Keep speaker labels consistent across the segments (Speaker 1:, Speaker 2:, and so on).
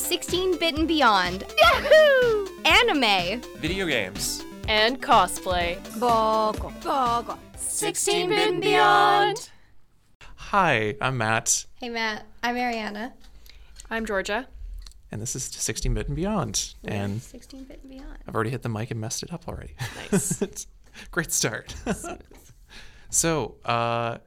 Speaker 1: 16 bit and beyond, Yahoo! Anime,
Speaker 2: Video games.
Speaker 3: and cosplay.
Speaker 1: Bogo, Bogo,
Speaker 2: 16
Speaker 1: bit
Speaker 3: and beyond.
Speaker 2: Hi, I'm Matt,
Speaker 1: Hey Matt, I'm Ariana.
Speaker 3: I'm Georgia.
Speaker 2: and this is 16 Bit and Beyond. And
Speaker 1: 16 bit and beyond.
Speaker 2: I've already hit the mic and messed it up already.
Speaker 3: Nice.
Speaker 2: It's- Great start. so, uh,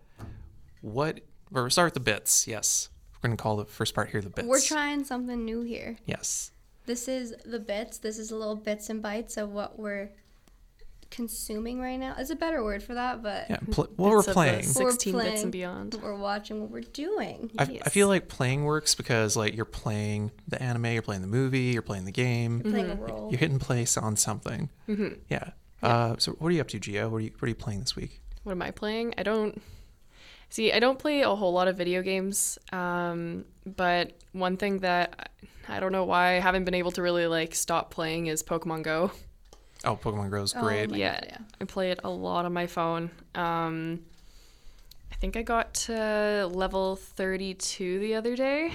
Speaker 2: what? We're gonna start with the bits. Yes, we're gonna call the first part here the bits.
Speaker 1: We're trying something new here.
Speaker 2: Yes.
Speaker 1: This is the bits. This is a little bits and bytes of what we're consuming right now. It's a better word for that, but
Speaker 2: Yeah. Pl- what we're
Speaker 3: Bits of the
Speaker 2: playing.
Speaker 1: What we're
Speaker 3: 16 bits
Speaker 1: playing.
Speaker 3: and beyond.
Speaker 1: we're watching what we're doing.
Speaker 2: I, I feel like playing works because like you're playing the anime, you're playing the movie, you're playing the game,
Speaker 1: Playing a role.
Speaker 2: you're hitting place on something. Mm-hmm. Yeah. Uh, so what are you up to, Gio? What are you What are you playing this week?
Speaker 3: What am I playing? I don't see. I don't play a whole lot of video games. Um, but one thing that I I don't know why I haven't been able to really like stop playing is Pokemon Go.
Speaker 2: Oh, Pokemon Go is great.
Speaker 1: my-
Speaker 3: yeah,
Speaker 1: yeah.
Speaker 3: I play it a lot on my phone. Um, I think I got to level 32 the other day,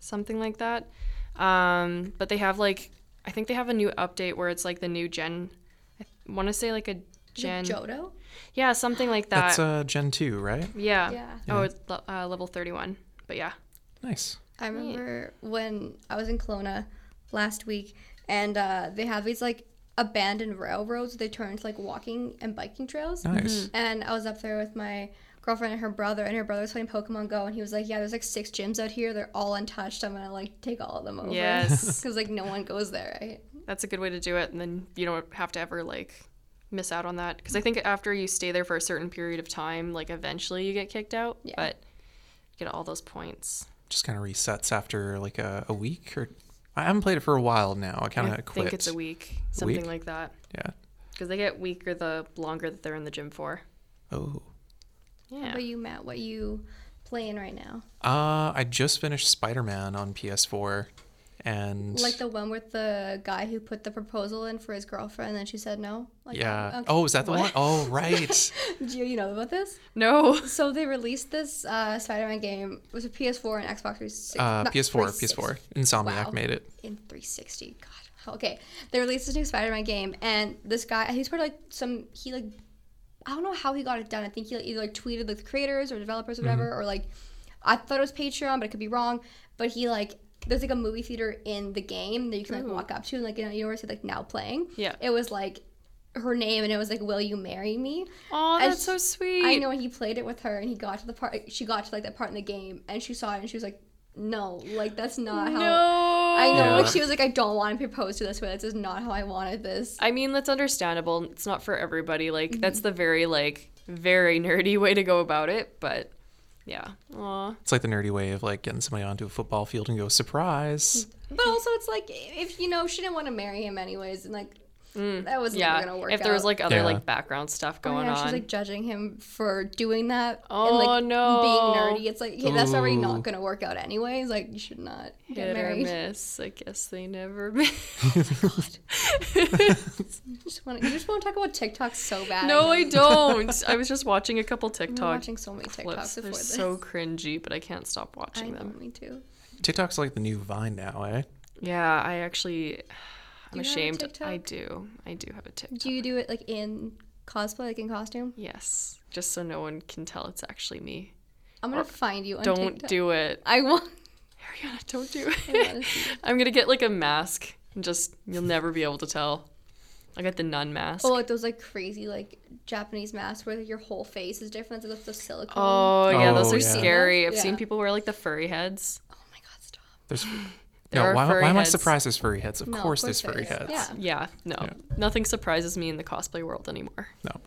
Speaker 3: something like that. Um, but they have like, I think they have a new update where it's like the new gen. I want to say like a
Speaker 1: Is it
Speaker 3: gen.
Speaker 1: Johto?
Speaker 3: Yeah, something like that.
Speaker 2: That's uh, Gen two, right?
Speaker 3: yeah.
Speaker 1: Yeah.
Speaker 3: Oh, it's le- uh, level 31. But yeah.
Speaker 2: Nice.
Speaker 1: I remember when I was in Kelowna last week, and uh, they have these like abandoned railroads. They turn into like walking and biking trails.
Speaker 3: Mm-hmm.
Speaker 2: Nice.
Speaker 1: And I was up there with my girlfriend and her brother, and her brother was playing Pokemon Go, and he was like, "Yeah, there's like six gyms out here. They're all untouched. I'm gonna like take all of them over."
Speaker 3: Yes.
Speaker 1: Because like no one goes there, right?
Speaker 3: That's a good way to do it. And then you don't have to ever like miss out on that. Because I think after you stay there for a certain period of time, like eventually you get kicked out.
Speaker 1: Yeah.
Speaker 3: But you get all those points.
Speaker 2: Just kind of resets after like a, a week or I haven't played it for a while now. I kind
Speaker 3: I
Speaker 2: of quit.
Speaker 3: think it's a week, something
Speaker 2: Week?
Speaker 3: like that.
Speaker 2: Yeah.
Speaker 3: Because they get weaker the longer that they're in the gym for.
Speaker 2: Oh.
Speaker 1: What
Speaker 3: Yeah.
Speaker 1: But you, Matt, what you playing right now?
Speaker 2: Uh, I just finished Spider Man on PS4, and
Speaker 1: Like the one with the guy who put the proposal in for his girlfriend, and then she said no. Like,
Speaker 2: yeah.
Speaker 1: okay.
Speaker 2: Oh, is that the one? Oh, right.
Speaker 1: Do you you know about this?
Speaker 3: No.
Speaker 1: So they released this uh, Spider-Man game. It was a PS4 and Xbox 360.
Speaker 2: Uh,
Speaker 1: not
Speaker 2: PS4,
Speaker 1: 360,
Speaker 2: PS4. Insomniac
Speaker 1: Wow.
Speaker 2: made it.
Speaker 1: In 360. God. Okay. They released this new Spider-Man game, and this guy, he's part of like some. He like, I don't know how he got it done. I think he like, either like tweeted like the creators or developers or whatever, or like, I thought it was Patreon, but it could be wrong. But he like. There's like a movie theater in the game that you can like walk up to and like you know you always say like now playing.
Speaker 3: Yeah.
Speaker 1: It was like her name and it was like will you marry me?
Speaker 3: Oh,
Speaker 1: I
Speaker 3: that's
Speaker 1: s-
Speaker 3: so sweet.
Speaker 1: I know he played it with her, and he got to the part. She got to like that part in the game, and she saw it, and she was like, "No, like that's not
Speaker 3: No.
Speaker 1: how." I know.
Speaker 2: Yeah.
Speaker 1: Like she was like, "I don't want to propose to this way. This is not how I wanted this."
Speaker 3: I mean, that's understandable. It's not for everybody. Like, that's
Speaker 1: Mm-hmm.
Speaker 3: the very, like, very nerdy way to go about it. But yeah. Aw.
Speaker 2: It's like the nerdy way of like getting somebody onto a football field and go surprise.
Speaker 1: But also, it's like if you know she didn't want to marry him anyways, and like that was
Speaker 3: Mm, Yeah.
Speaker 1: never gonna work.
Speaker 3: if there was
Speaker 1: out.
Speaker 3: like other
Speaker 2: Yeah.
Speaker 3: like background stuff
Speaker 1: Oh my
Speaker 3: going
Speaker 1: gosh,
Speaker 3: on.
Speaker 1: she's like judging him for doing that
Speaker 3: Oh,
Speaker 1: and like
Speaker 3: no.
Speaker 1: being nerdy. It's like, hey, that's already
Speaker 2: Ooh.
Speaker 1: not gonna work out anyways. Like you should not get
Speaker 3: Hit or
Speaker 1: married.
Speaker 3: miss. I guess they never miss.
Speaker 1: Just wanna, you just want to talk about TikTok so bad.
Speaker 3: no,
Speaker 1: I
Speaker 3: I don't. I was just watching a couple
Speaker 1: am
Speaker 3: TikTok
Speaker 1: watching so many TikToks
Speaker 3: clips.
Speaker 1: before
Speaker 3: They're
Speaker 1: this.
Speaker 3: so cringy, but I can't stop
Speaker 1: I
Speaker 3: watching
Speaker 1: know,
Speaker 3: them.
Speaker 1: me too.
Speaker 2: TikTok's like the new Vine now, eh?
Speaker 3: Yeah, I actually,
Speaker 1: you have
Speaker 3: I'm
Speaker 1: a
Speaker 3: ashamed.
Speaker 1: TikTok?
Speaker 3: I do. I do have a TikTok.
Speaker 1: Do you do it like in cosplay, like in costume?
Speaker 3: yes, just so no one can tell it's actually me.
Speaker 1: I'm gonna find you. On
Speaker 3: Oh, Don't
Speaker 1: TikTok.
Speaker 3: do it,
Speaker 1: I want.
Speaker 3: Ariana. Don't do
Speaker 1: wanna
Speaker 3: it. I'm gonna get like a mask and just you'll never be able to tell. I got the nun mask.
Speaker 1: Oh, like those like crazy like Japanese masks where like, your whole face is different. It's like the silicone.
Speaker 3: Oh yeah, those
Speaker 2: Oh,
Speaker 3: are
Speaker 2: yeah.
Speaker 3: scary. I've
Speaker 1: Yeah.
Speaker 3: seen people wear like the furry heads.
Speaker 1: Oh my god, stop!
Speaker 2: There's
Speaker 3: There
Speaker 2: no.
Speaker 3: are
Speaker 2: Why,
Speaker 3: furry
Speaker 2: why am I
Speaker 3: heads.
Speaker 2: surprised? There's furry heads. Of
Speaker 1: No, of
Speaker 2: course, there's
Speaker 1: course
Speaker 2: furry
Speaker 1: there
Speaker 2: heads.
Speaker 1: is. Yeah.
Speaker 3: Yeah, no.
Speaker 2: Yeah.
Speaker 3: Nothing surprises me in the cosplay world anymore.
Speaker 2: No.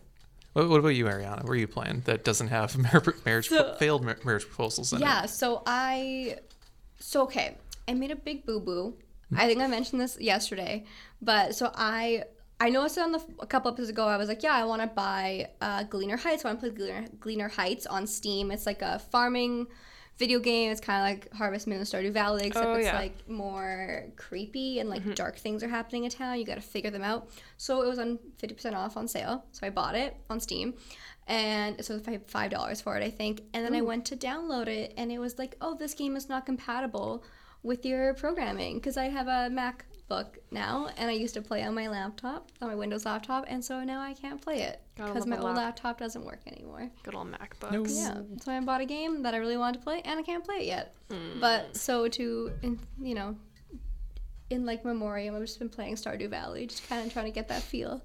Speaker 2: What, what about you, Ariana? What are you playing that doesn't have mar- marriage failed mar- marriage proposals in it?
Speaker 1: Yeah. So I. So okay, I made a big boo boo. I think I mentioned this yesterday, but so I. I noticed it on the a couple episodes ago. I was like, "Yeah, I want to buy uh, Gleaner Heights. I want to play Gleaner, Gleaner Heights on Steam. It's like a farming video game. It's kind of like Harvest Moon and Stardew Valley, except
Speaker 3: Oh,
Speaker 1: it's
Speaker 3: yeah.
Speaker 1: like more creepy and like
Speaker 3: Mm-hmm.
Speaker 1: dark things are happening in town. You got to figure them out. So it was on fifty percent off on sale. So I bought it on Steam, and so I paid five dollars for it, I think. And then I went to download it, and it was like, oh, this game is not compatible with your programming because I have a MacBook now and I used to play on my laptop, on my Windows laptop, and so now I can't play it
Speaker 3: Gotta
Speaker 1: because
Speaker 3: love
Speaker 1: my
Speaker 3: a
Speaker 1: old
Speaker 3: lap-
Speaker 1: laptop doesn't work anymore.
Speaker 3: Good old MacBooks.
Speaker 2: No.
Speaker 1: Yeah, so I bought a game that I really wanted to play and I can't play it yet. But so to, in, you know, in like memoriam, I've just been playing Stardew Valley, just kind of trying to get that feel.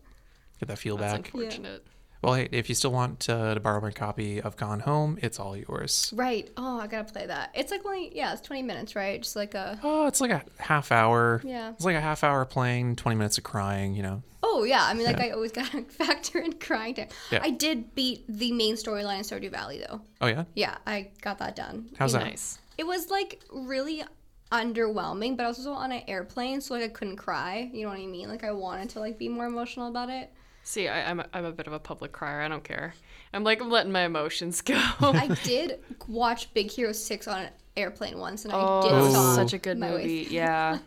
Speaker 2: Get that feel
Speaker 3: That's
Speaker 2: back.
Speaker 3: unfortunate.
Speaker 2: Well, hey, if you still want uh, to borrow my copy of Gone Home, it's all yours.
Speaker 1: Right. Oh, I gotta play that. It's like only yeah, it's twenty minutes, right? Just like a
Speaker 2: Oh, it's like a half hour.
Speaker 1: Yeah.
Speaker 2: It's like a half hour playing, 20 minutes of crying, you know.
Speaker 1: oh yeah. I mean, like I always gotta factor in crying time.
Speaker 2: Yeah.
Speaker 1: I did beat the main storyline in Stardew Valley though.
Speaker 2: Oh, yeah?
Speaker 1: Yeah, I got that done.
Speaker 2: How's
Speaker 3: Be
Speaker 2: that?
Speaker 3: Nice.
Speaker 1: It was like really underwhelming, but I was also on an airplane, so like I couldn't cry. You know what I mean? Like I wanted to like be more emotional about it.
Speaker 3: See, I, I'm, a, I'm a bit of a public crier. I don't care. I'm like, I'm letting my emotions go.
Speaker 1: I did watch Big Hero Six on an airplane once, and I
Speaker 3: oh,
Speaker 1: did
Speaker 3: that
Speaker 1: sob
Speaker 3: was
Speaker 2: saw
Speaker 3: such a good
Speaker 1: my way
Speaker 3: movie.
Speaker 1: through.
Speaker 3: Yeah.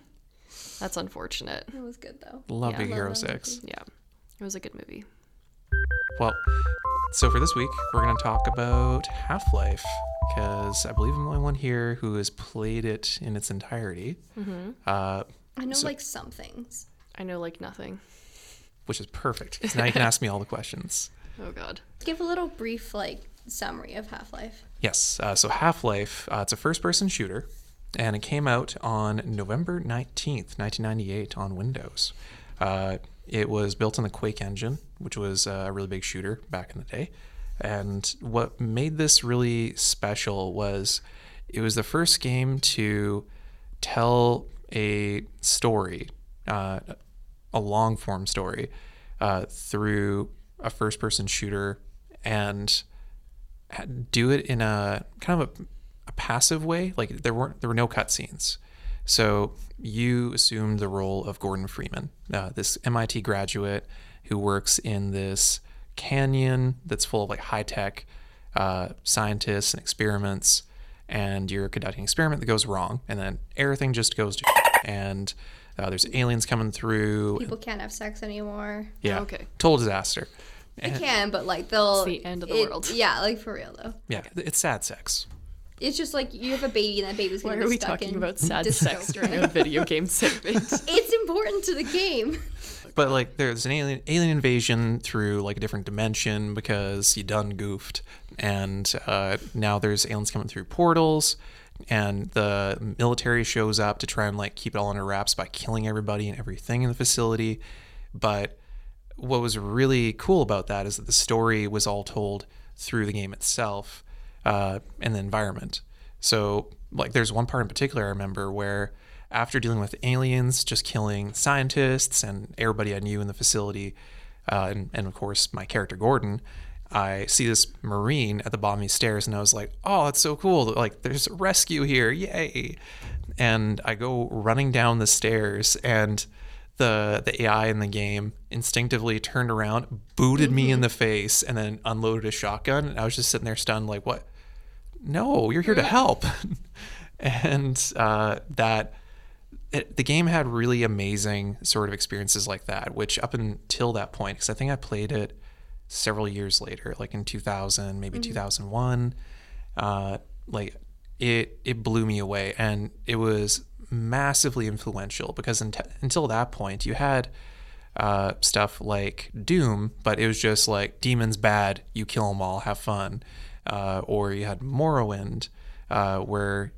Speaker 3: That's unfortunate.
Speaker 1: It was good though.
Speaker 2: Love
Speaker 3: Yeah.
Speaker 2: Big
Speaker 1: Love
Speaker 2: Hero
Speaker 1: that
Speaker 2: 6.
Speaker 1: movie.
Speaker 3: Yeah. It was a good movie.
Speaker 2: Well, so for this week, we're going to talk about Half Life because I believe I'm the only one here who has played it in its entirety, uh,
Speaker 1: I know like some things.
Speaker 3: I know like nothing.
Speaker 2: which is perfect. 'cause Now you can ask me all the questions.
Speaker 3: Oh, God.
Speaker 1: Give a little brief like summary of Half Life.
Speaker 2: Yes. Uh, so Half Life, uh, it's a first person shooter, and it came out on November 19th, 1998, on Windows. Uh, it was built on the Quake engine, which was uh, a really big shooter back in the day. And what made this really special was it was the first game to tell a story, uh, a long form story, uh, through a first person shooter and ha- do it in a kind of a, a passive way. Like there weren't there were no cutscenes, so you assumed the role of Gordon Freeman, uh, this MIT graduate who works in this canyon that's full of like high tech uh, scientists and experiments. And you're conducting an experiment that goes wrong, and then everything just goes to and uh, there's aliens coming through.
Speaker 1: People can't have sex anymore.
Speaker 2: yeah,
Speaker 3: Okay.
Speaker 2: total disaster.
Speaker 1: They can, but like they'll.
Speaker 3: It's the end of the
Speaker 1: it-
Speaker 3: world.
Speaker 1: Yeah, like for real though.
Speaker 2: Yeah, it's sad sex.
Speaker 1: It's just like you have a baby and that baby's
Speaker 3: Why
Speaker 1: gonna
Speaker 3: are
Speaker 1: be
Speaker 3: we
Speaker 1: stuck
Speaker 3: talking
Speaker 1: in
Speaker 3: about sad
Speaker 1: dystopia.
Speaker 3: sex during a video game segment?
Speaker 1: It's important to the game.
Speaker 2: But like, there's an alien alien invasion through like a different dimension because you done goofed, and uh, now there's aliens coming through portals, and the military shows up to try and like keep it all under wraps by killing everybody and everything in the facility. But what was really cool about that is that the story was all told through the game itself uh, and the environment. So, like, there's one part in particular I remember where after dealing with aliens, just killing scientists and everybody I knew in the facility, uh, and, and of course, my character Gordon. I see this marine at the bottom of these stairs, and I was like, "Oh, that's so cool! Like, there's a rescue here, yay!" And I go running down the stairs, and the the AI in the game instinctively turned around, booted me in the face, and then unloaded a shotgun. And I was just sitting there stunned, like, "What? No, you're here to help." and uh, that it, the game had really amazing sort of experiences like that, which up until that point, because I think I played it several years later, like in 2000, maybe 2001, uh, like it it blew me away, and it was massively influential because unt- until that point, you had uh, stuff like Doom, but it was just like demons bad, you kill them all, have fun, uh, or you had Morrowind, uh, where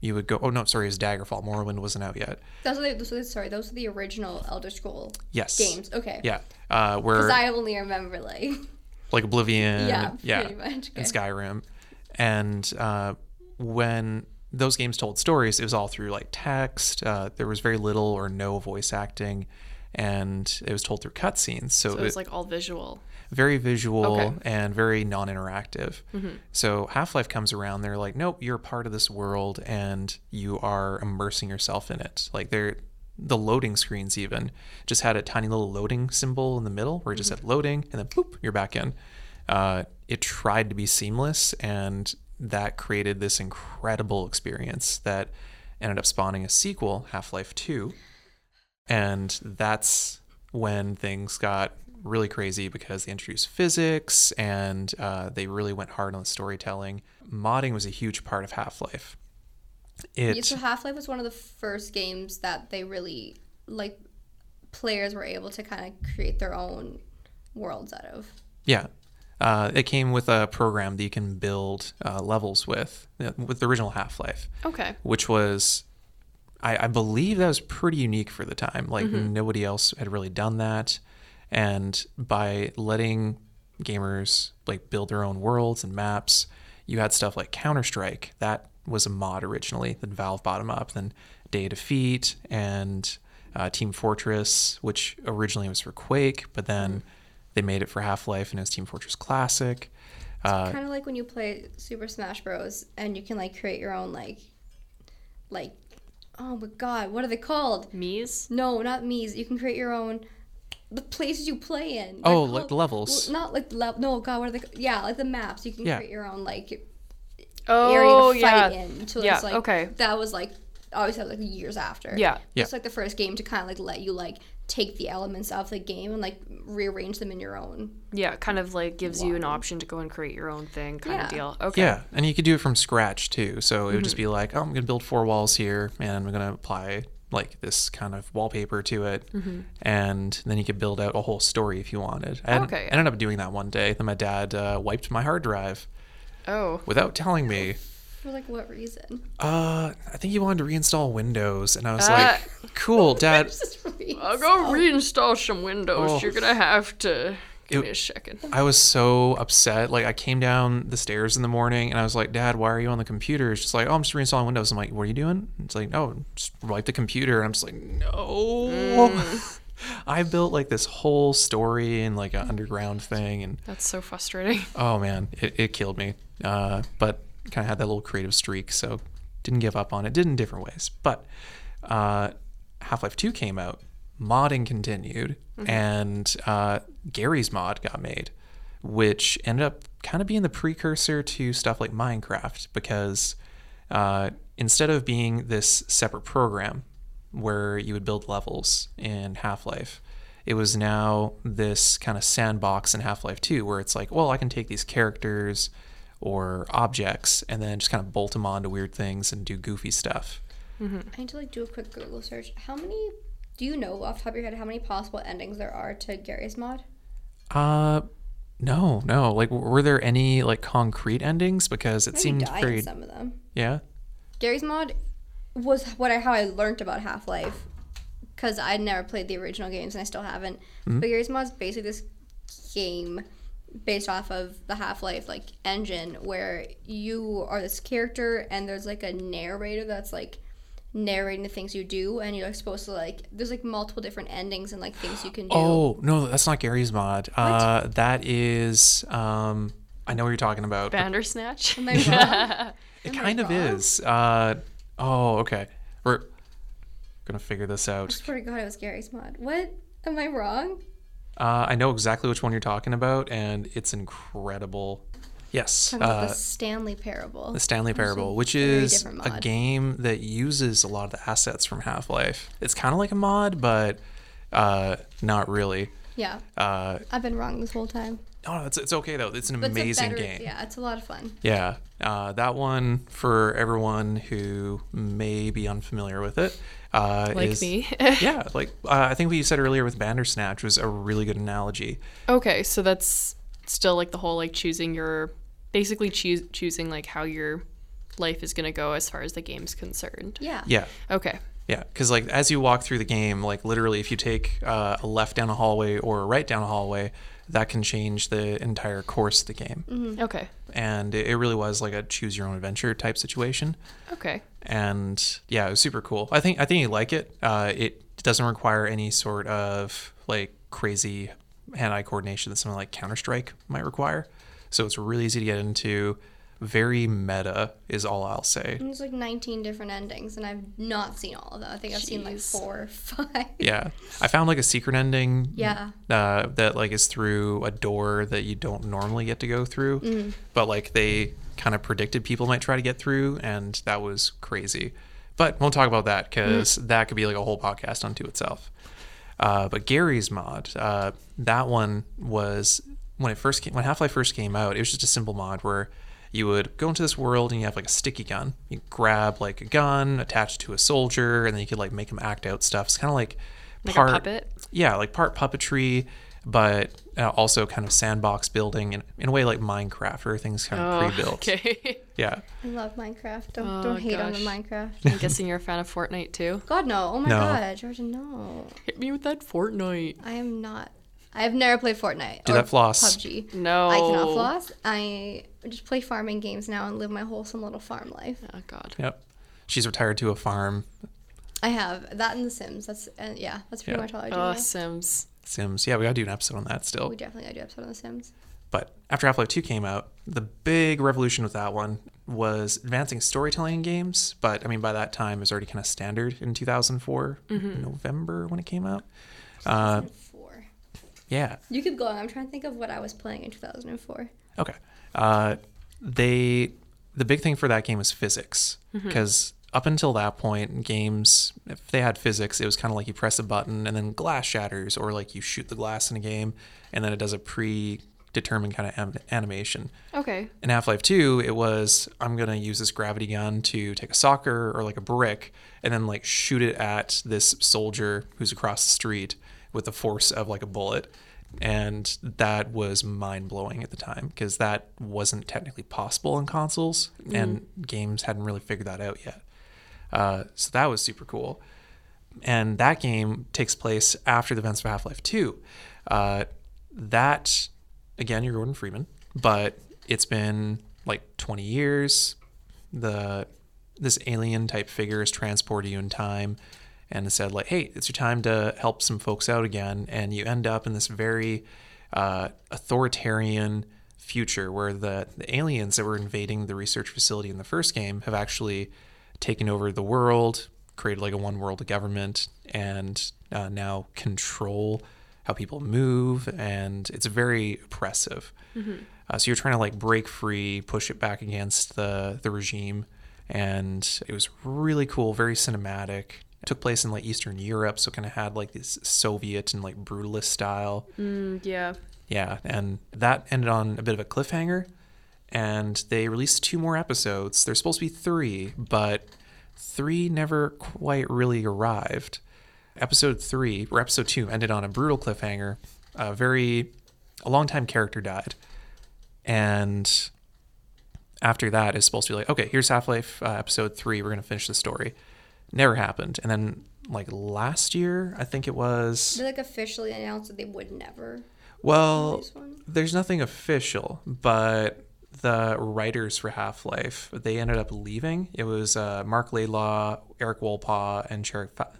Speaker 2: you would go. Oh no, sorry, it was Daggerfall. Morrowind wasn't out yet.
Speaker 1: Those are the, those are the- sorry, those are the original Elder Scroll
Speaker 2: Yes.
Speaker 1: games. Okay.
Speaker 2: Yeah. Uh, where
Speaker 1: Because I only remember like
Speaker 2: like Oblivion.
Speaker 1: yeah,
Speaker 2: Yeah.
Speaker 1: pretty much. Okay.
Speaker 2: And Skyrim. And uh, when those games told stories, it was all through like text. Uh, there was very little or no voice acting, and it was told through cutscenes. So,
Speaker 3: So it was like all visual.
Speaker 2: very visual
Speaker 3: Okay.
Speaker 2: and very non-interactive. So Half-Life comes around, they're like, nope, you're a part of this world and you are immersing yourself in it. Like they're the loading screens even just had a tiny little loading symbol in the middle where it just said loading and then boop, you're back in. Uh, it tried to be seamless and that created this incredible experience that ended up spawning a sequel, Half-Life 2 and that's when things got really crazy because they introduced physics and uh, they really went hard on the storytelling. Modding was a huge part of Half Life,
Speaker 1: Yeah,
Speaker 2: It
Speaker 1: so Half Life was one of the first games that they really like players were able to kind of create their own worlds out of.
Speaker 2: yeah, uh, it came with a program that you can build uh, levels with uh, with the original Half Life,
Speaker 3: Okay.
Speaker 2: which was. I, I believe that was pretty unique for the time. Like nobody else had really done that, and by letting gamers like build their own worlds and maps, you had stuff like Counter Strike that was a mod originally. Then Valve bought 'em up. Then Day of Defeat and uh, Team Fortress, which originally was for Quake, but then they made it for Half Life and it was Team Fortress Classic. Uh,
Speaker 1: kind of like when you play Super Smash Bros. and you can like create your own like, like, oh my god, what are they called?
Speaker 3: Mies.
Speaker 1: No, not me's. You can create your own, the places you play in.
Speaker 2: Oh,
Speaker 1: They're
Speaker 2: like
Speaker 1: called-
Speaker 2: levels.
Speaker 1: well, not like the level. No, god, what are they? ca- Yeah, like the maps. You can
Speaker 2: Yeah.
Speaker 1: create your own like area
Speaker 3: Oh
Speaker 1: to
Speaker 3: yeah.
Speaker 1: fight in. So
Speaker 3: Yeah,
Speaker 1: it's like
Speaker 3: okay.
Speaker 1: that was like obviously that was like years after.
Speaker 3: Yeah.
Speaker 2: Yeah.
Speaker 1: It's like the first game to kind of like let you like take the elements of the game and like rearrange them in your own.
Speaker 3: Yeah. Kind of like gives you an option to go and create your own thing, kind
Speaker 1: Yeah.
Speaker 3: of deal. Okay. Mm-hmm.
Speaker 2: Yeah, and you could do it from scratch too. So it would just be like, oh, I'm gonna build four walls here, and I'm gonna apply like this kind of wallpaper to it,
Speaker 3: Mm-hmm.
Speaker 2: and then you could build out a whole story if you wanted. I ended-
Speaker 3: Okay, yeah.
Speaker 2: I ended up doing that one day. Then my dad uh, wiped my hard drive
Speaker 3: Oh.
Speaker 2: without telling me.
Speaker 1: For like what reason?
Speaker 2: Uh, I think he wanted to reinstall Windows, and I was
Speaker 3: Ah.
Speaker 2: like, cool, dad.
Speaker 3: I'll go reinstall some Windows.
Speaker 2: Oh.
Speaker 3: You're gonna have to give
Speaker 2: It-
Speaker 3: me a second.
Speaker 2: I was so upset. Like I came down the stairs in the morning and I was like, Dad, why are you on the computer? It's just like, oh, I'm just reinstalling Windows. I'm like, what are you doing? It's like, no, just wipe the computer. And I'm just like, no. I built like this whole story and like an underground thing, and
Speaker 3: That's so frustrating.
Speaker 2: oh man, it, it killed me. Uh, but kind of had that little creative streak, so didn't give up on it. Did in different ways, but uh, Half Life Two came out, modding continued, and uh, Gary's mod got made, which ended up kind of being the precursor to stuff like Minecraft because uh, instead of being this separate program where you would build levels in Half Life, it was now this kind of sandbox in Half Life 2 where it's like, well, I can take these characters or objects and then just kind of bolt them onto weird things and do goofy stuff.
Speaker 1: I need to like do a quick Google search. How many do you know off the top of your head how many possible endings there are to Gary's mod?
Speaker 2: Uh, no, no. Like, w- were there any like concrete endings? Because it
Speaker 1: I
Speaker 2: seemed
Speaker 1: die
Speaker 2: very,
Speaker 1: in some of them.
Speaker 2: yeah.
Speaker 1: Gary's mod was what I how I learned about Half Life because I never played the original games and I still haven't.
Speaker 2: Mm-hmm.
Speaker 1: But Gary's mod is basically this game based off of the Half Life like engine where you are this character and there's like a narrator that's like narrating the things you do and you're like supposed to like there's like multiple different endings and like things you can do.
Speaker 2: Oh no, that's not Gary's mod. Uh, that is. Um, I know what you're talking about. but
Speaker 3: Bandersnatch.
Speaker 1: Am I wrong?
Speaker 2: It
Speaker 1: Am I
Speaker 2: kind of
Speaker 1: wrong?
Speaker 2: is. Uh, oh, okay. We're gonna figure this out.
Speaker 1: swear to God, it was Gary's mod. What? Am I wrong?
Speaker 2: Uh, I know exactly which one you're talking about, and it's incredible. Yes,
Speaker 1: Talking about
Speaker 2: uh,
Speaker 1: the Stanley Parable.
Speaker 2: the Stanley Parable, which
Speaker 1: very
Speaker 2: is
Speaker 1: different
Speaker 2: a
Speaker 1: mod.
Speaker 2: game that uses a lot of the assets from Half Life. It's kind of like a mod, but uh, not really.
Speaker 1: yeah,
Speaker 2: Uh,
Speaker 1: I've been wrong this whole time.
Speaker 2: no, it's, it's okay though. It's an
Speaker 1: But it's a
Speaker 2: amazing
Speaker 1: better-
Speaker 2: game.
Speaker 1: Yeah, it's a lot of fun.
Speaker 2: Yeah, uh, that one for everyone who may be unfamiliar with it. Uh,
Speaker 3: Like
Speaker 2: is-
Speaker 3: me.
Speaker 2: yeah, like uh, I think what you said earlier with Bandersnatch was a really good analogy.
Speaker 3: okay, so that's still like the whole like choosing your, basically choose choosing like how your life is gonna go as far as the game's concerned.
Speaker 1: Yeah.
Speaker 2: Yeah,
Speaker 3: Okay.
Speaker 2: yeah, because like as you walk through the game, like literally, if you take uh, a left down a hallway or a right down a hallway, that can change the entire course of the game.
Speaker 1: Hmm.
Speaker 3: Okay.
Speaker 2: And it, it really was like a choose your own adventure type situation.
Speaker 3: Okay.
Speaker 2: and yeah, it was super cool. I think I think you like it. Uh, it doesn't require any sort of like crazy hand-eye coordination that something like Counter Strike might require. So it's really easy to get into. Very meta is all I'll say.
Speaker 1: There's like 19 different endings, and I've not seen all of them. I think I've seen like
Speaker 3: Jeez.
Speaker 1: four or five.
Speaker 2: Yeah, I found like a secret ending.
Speaker 1: Yeah.
Speaker 2: Uh, that like is through a door that you don't normally get to go through,
Speaker 3: Mm.
Speaker 2: but like they kind of predicted people might try to get through, and that was crazy. But we'll talk about that because
Speaker 3: Mm.
Speaker 2: that could be like a whole podcast unto itself. Uh, but Gary's mod, uh, that one was when it first came, when Half Life first came out, it was just a simple mod where you would go into this world and you have like a sticky gun. You grab like a gun attached to a soldier, and then you could like make him act out stuff. It's kind of like
Speaker 3: Like a
Speaker 2: part,
Speaker 3: puppet?
Speaker 2: yeah, like part puppetry, but uh, also kind of sandbox building, and in a way like Minecraft, where things kind of
Speaker 3: Oh,
Speaker 2: pre-built.
Speaker 3: okay.
Speaker 2: Yeah,
Speaker 1: I love Minecraft. Don't
Speaker 3: Oh,
Speaker 1: don't hate on the
Speaker 3: gosh.
Speaker 1: Minecraft.
Speaker 3: I'm guessing you're a fan of Fortnite too.
Speaker 1: God no. Oh my
Speaker 2: No.
Speaker 1: god, Jordan, no.
Speaker 3: Hit me with that Fortnite.
Speaker 1: I am not. I have never played Fortnite.
Speaker 2: Do
Speaker 1: or
Speaker 2: that floss.
Speaker 1: PUBG.
Speaker 3: No.
Speaker 1: I cannot floss. I just play farming games now and live my wholesome little farm life.
Speaker 3: Oh God.
Speaker 2: yep. She's retired to a farm.
Speaker 1: I have that in The Sims. That's uh, yeah. That's pretty
Speaker 2: Yeah.
Speaker 1: much all I do.
Speaker 3: Oh
Speaker 1: now.
Speaker 3: Sims.
Speaker 2: Sims. Yeah, we gotta do an episode on that still.
Speaker 1: We definitely gotta do an episode on The Sims.
Speaker 2: But after Half Life 2 came out, the big revolution with that one was advancing storytelling in games. But I mean, by that time, it was already kind of standard in 2004, November when it came out. Uh,
Speaker 1: 2004.
Speaker 2: yeah.
Speaker 1: You keep going. I'm trying to think of what I was playing in 2004.
Speaker 2: Okay. Uh, they the big thing for that game was physics because up until that point, in games if they had physics, it was kind of like you press a button and then glass shatters, or like you shoot the glass in a game and then it does a predetermined kind of am- animation.
Speaker 3: Okay.
Speaker 2: in Half Life 2, it was I'm going to use this gravity gun to take a soccer or like a brick and then like shoot it at this soldier who's across the street with the force of like a bullet. And that was mind blowing at the time because that wasn't technically possible on consoles and games hadn't really figured that out yet. Uh, so that was super cool and that game takes place after the events of Half Life 2. Uh, that, again, you're Gordon Freeman, but it's been like 20 years. The This alien type figure has transported you in time and said, like, hey, it's your time to help some folks out again. And you end up in this very uh, authoritarian future where the, the aliens that were invading the research facility in the first game have actually taken over the world, created like a one world government, and uh, now control how people move. And it's very oppressive. Uh, so you're trying to like break free, push it back against the, the regime. And it was really cool, very cinematic. It took place in like Eastern Europe, so kind of had like this Soviet and like brutalist style.
Speaker 3: Mm, yeah.
Speaker 2: Yeah, and that ended on a bit of a cliffhanger, and they released two more episodes. There's supposed to be three, but three never quite really arrived. Episode three or episode two ended on a brutal cliffhanger. A very, a long time character died, and after that is supposed to be like, okay, here's Half Life uh, episode three. We're gonna finish the story. Never happened, and then like last year, I think it was.
Speaker 1: They like officially announced that they would never.
Speaker 2: Well,
Speaker 1: This one?
Speaker 2: there's nothing official, but the writers for Half Life they ended up leaving. It was uh, Mark Laidlaw, Eric Wolpaw, and Cher- Fa-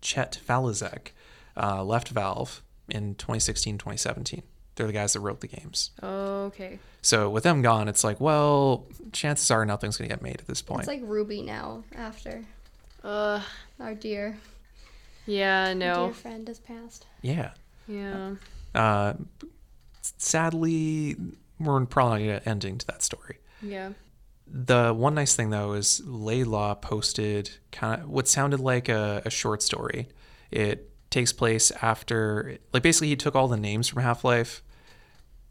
Speaker 2: Chet Falazek uh, left Valve in 2016, 2017. They're the guys that wrote the games.
Speaker 3: Okay.
Speaker 2: So with them gone, it's like, well, chances are nothing's going to get made at this point.
Speaker 1: It's like Ruby now. After
Speaker 3: Uh.
Speaker 1: our dear,
Speaker 3: Yeah.
Speaker 1: dear
Speaker 3: No.
Speaker 1: friend has passed.
Speaker 2: yeah.
Speaker 3: Yeah.
Speaker 2: Uh, sadly, we're probably not going to ending to that story.
Speaker 3: Yeah.
Speaker 2: The one nice thing though is Layla posted kind of what sounded like a, a short story. It takes place after, like, basically, he took all the names from Half Life,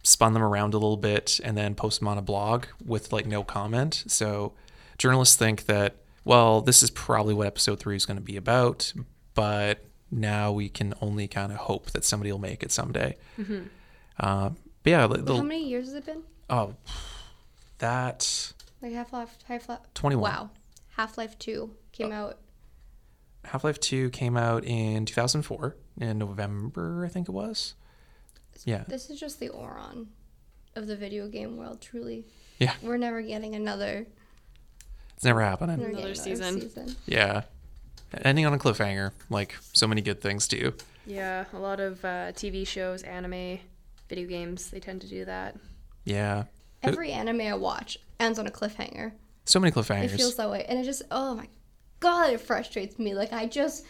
Speaker 2: spun them around a little bit, and then posted them on a blog with like no comment. So journalists think that, well, this is probably what episode three is going to be about, but now we can only kind of hope that somebody will make it someday. Uh, but yeah, the, the-
Speaker 1: Mm-hmm. How many years has it been?
Speaker 2: oh, that
Speaker 1: Like Half Life, Half Life.
Speaker 2: 21.
Speaker 1: Wow, Half Life Two
Speaker 2: Oh.
Speaker 1: came out.
Speaker 2: Half Life 2 came out in 2004, in November, I think it was. Yeah.
Speaker 1: This is just the Oron of the video game world. Truly.
Speaker 2: Yeah.
Speaker 1: We're never getting another
Speaker 2: It's never
Speaker 1: we're
Speaker 2: happening.
Speaker 1: never
Speaker 3: Another
Speaker 1: getting
Speaker 3: season.
Speaker 2: Yeah. Ending on a cliffhanger, like so many good things do.
Speaker 3: Yeah. A lot of uh, TV shows, anime, video games. They tend to do that.
Speaker 2: Yeah.
Speaker 1: Every anime I watch ends on a cliffhanger.
Speaker 2: So many
Speaker 1: It
Speaker 2: cliffhangers.
Speaker 1: feels that way. And it just, oh my God, it frustrates me. Like, I just,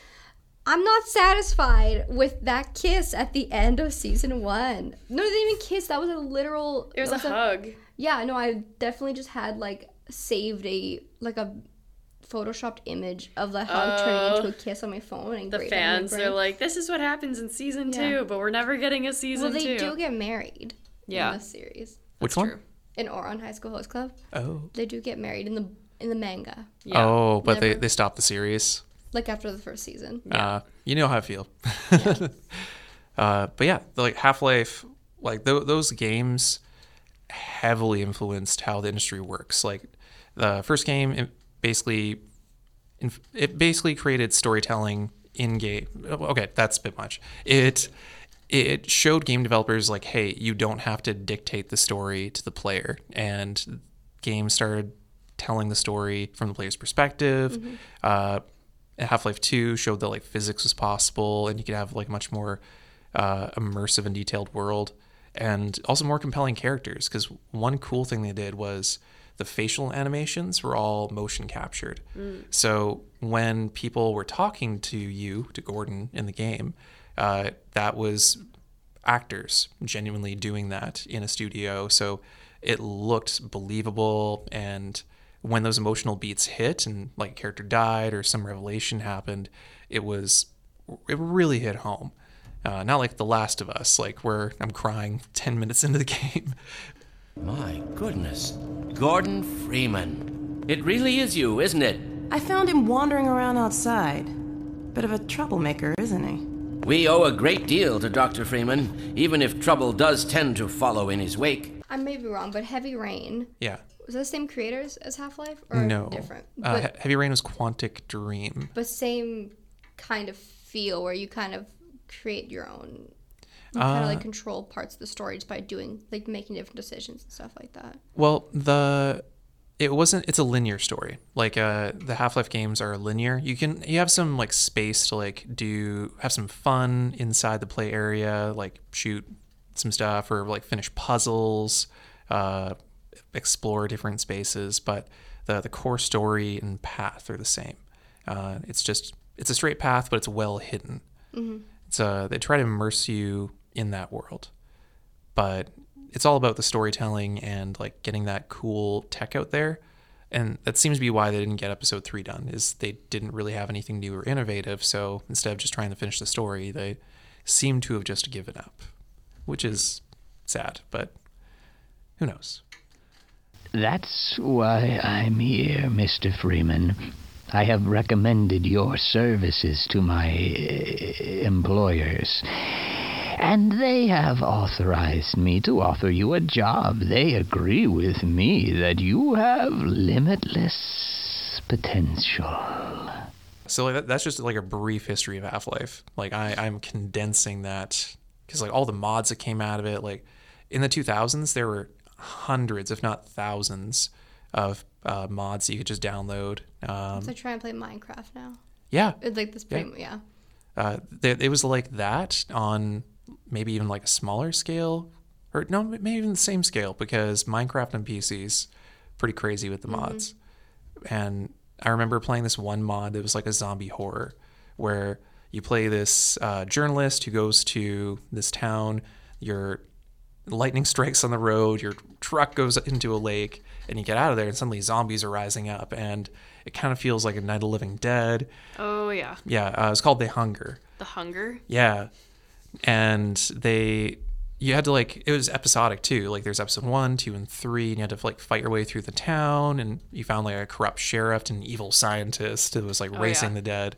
Speaker 1: I'm not satisfied with that kiss at the end of season one. No, they didn't even kiss. That was a literal.
Speaker 3: It was a
Speaker 1: that
Speaker 3: hug.
Speaker 1: Yeah, no, I definitely just had, like, saved a, like, a photoshopped image of the hug turning
Speaker 3: Oh.
Speaker 1: into a kiss on my phone. And
Speaker 3: The
Speaker 1: engraved on my
Speaker 3: fans are
Speaker 1: brain.
Speaker 3: like, this is what happens in season
Speaker 1: Yeah.
Speaker 3: two, but we're never getting a
Speaker 1: Well,
Speaker 3: season
Speaker 1: they
Speaker 3: two.
Speaker 1: do get married
Speaker 3: Yeah.
Speaker 1: in this series.
Speaker 2: Which
Speaker 3: That's
Speaker 2: one?
Speaker 3: true.
Speaker 1: in Oron High School Host Club,
Speaker 2: Oh.
Speaker 1: they do get married in the in the manga,
Speaker 3: Yeah.
Speaker 2: Oh, but they,
Speaker 1: Never.
Speaker 2: they stopped the series.
Speaker 1: like after the first season.
Speaker 2: Uh, you know how I feel. uh, but yeah, like Half Life, like th- those games heavily influenced how the industry works. Like the first game, it basically, inf- it basically created storytelling in game. Okay, that's a bit much. It it showed game developers like, hey, you don't have to dictate the story to the player, and games started telling the story from the player's perspective. Uh, Half Life Two showed that like physics was possible, and you could have like much more uh, immersive and detailed world, and also more compelling characters. Because one cool thing they did was the facial animations were all motion captured. So when people were talking to you, to Gordon in the game, uh, that was actors genuinely doing that in a studio. So it looked believable. And when those emotional beats hit and like a character died or some revelation happened, it was, it really hit home. Uh, not like The Last of Us, like where I'm crying 10 minutes into the game.
Speaker 4: My goodness. Gordon Freeman. It really is you, isn't it?
Speaker 5: I found him wandering around outside. Bit of a troublemaker, isn't he?
Speaker 4: We owe a great deal to Dr. Freeman, even if trouble does tend to follow in his wake.
Speaker 1: I may be wrong, but Heavy Rain
Speaker 2: Yeah.
Speaker 1: was that the same creators as Half Life or
Speaker 2: no.
Speaker 1: different?
Speaker 2: Uh,
Speaker 1: But
Speaker 2: He- Heavy Rain was Quantic Dream.
Speaker 1: but same kind of feel where you kind of create your own. You kind
Speaker 2: Uh.
Speaker 1: of like control parts of the story just by doing like making different decisions and stuff like that.
Speaker 2: Well, the it wasn't it's a linear story. Like uh the Half-Life games are linear. You can you have some like space to like do have some fun inside the play area, like shoot some stuff or like finish puzzles, uh explore different spaces, but the the core story and path are the same. Uh it's just it's a straight path, but it's well hidden. It's uh they try to immerse you in that world but it's all about the storytelling and like getting that cool tech out there and that seems to be why they didn't get episode 3 done is they didn't really have anything new or innovative so instead of just trying to finish the story they seem to have just given up which is sad but who knows
Speaker 6: That's why I'm here, Mr. Freeman. I have recommended your services to my uh, employers. And they have authorized me to offer you a job. They agree with me that you have limitless potential.
Speaker 2: so like that, that's just like a brief history of half-life like I, i'm condensing that because like all the mods that came out of it like in the 2000s there were hundreds if not thousands of uh, mods that you could just download um,
Speaker 1: So try and play Minecraft now.
Speaker 2: yeah
Speaker 1: It's like this pretty yeah.
Speaker 2: uh, th- it was like that on maybe even like a smaller scale or no maybe even the same scale because minecraft on pcs pretty crazy with the mods and i remember playing this one mod that was like a zombie horror where you play this uh, journalist who goes to this town you're lightning strikes on the road, your truck goes into a lake, and you get out of there, and suddenly zombies are rising up, and it kind of feels like a Night of the Living Dead.
Speaker 3: Oh yeah.
Speaker 2: Yeah, uh, it's called They Hunger.
Speaker 3: The hunger.
Speaker 2: Yeah. And they you had to like it was episodic too. Like there's episode one, two, and three, and you had to like fight your way through the town and you found like a corrupt sheriff and an evil scientist who was like raising
Speaker 3: yeah.
Speaker 2: the dead.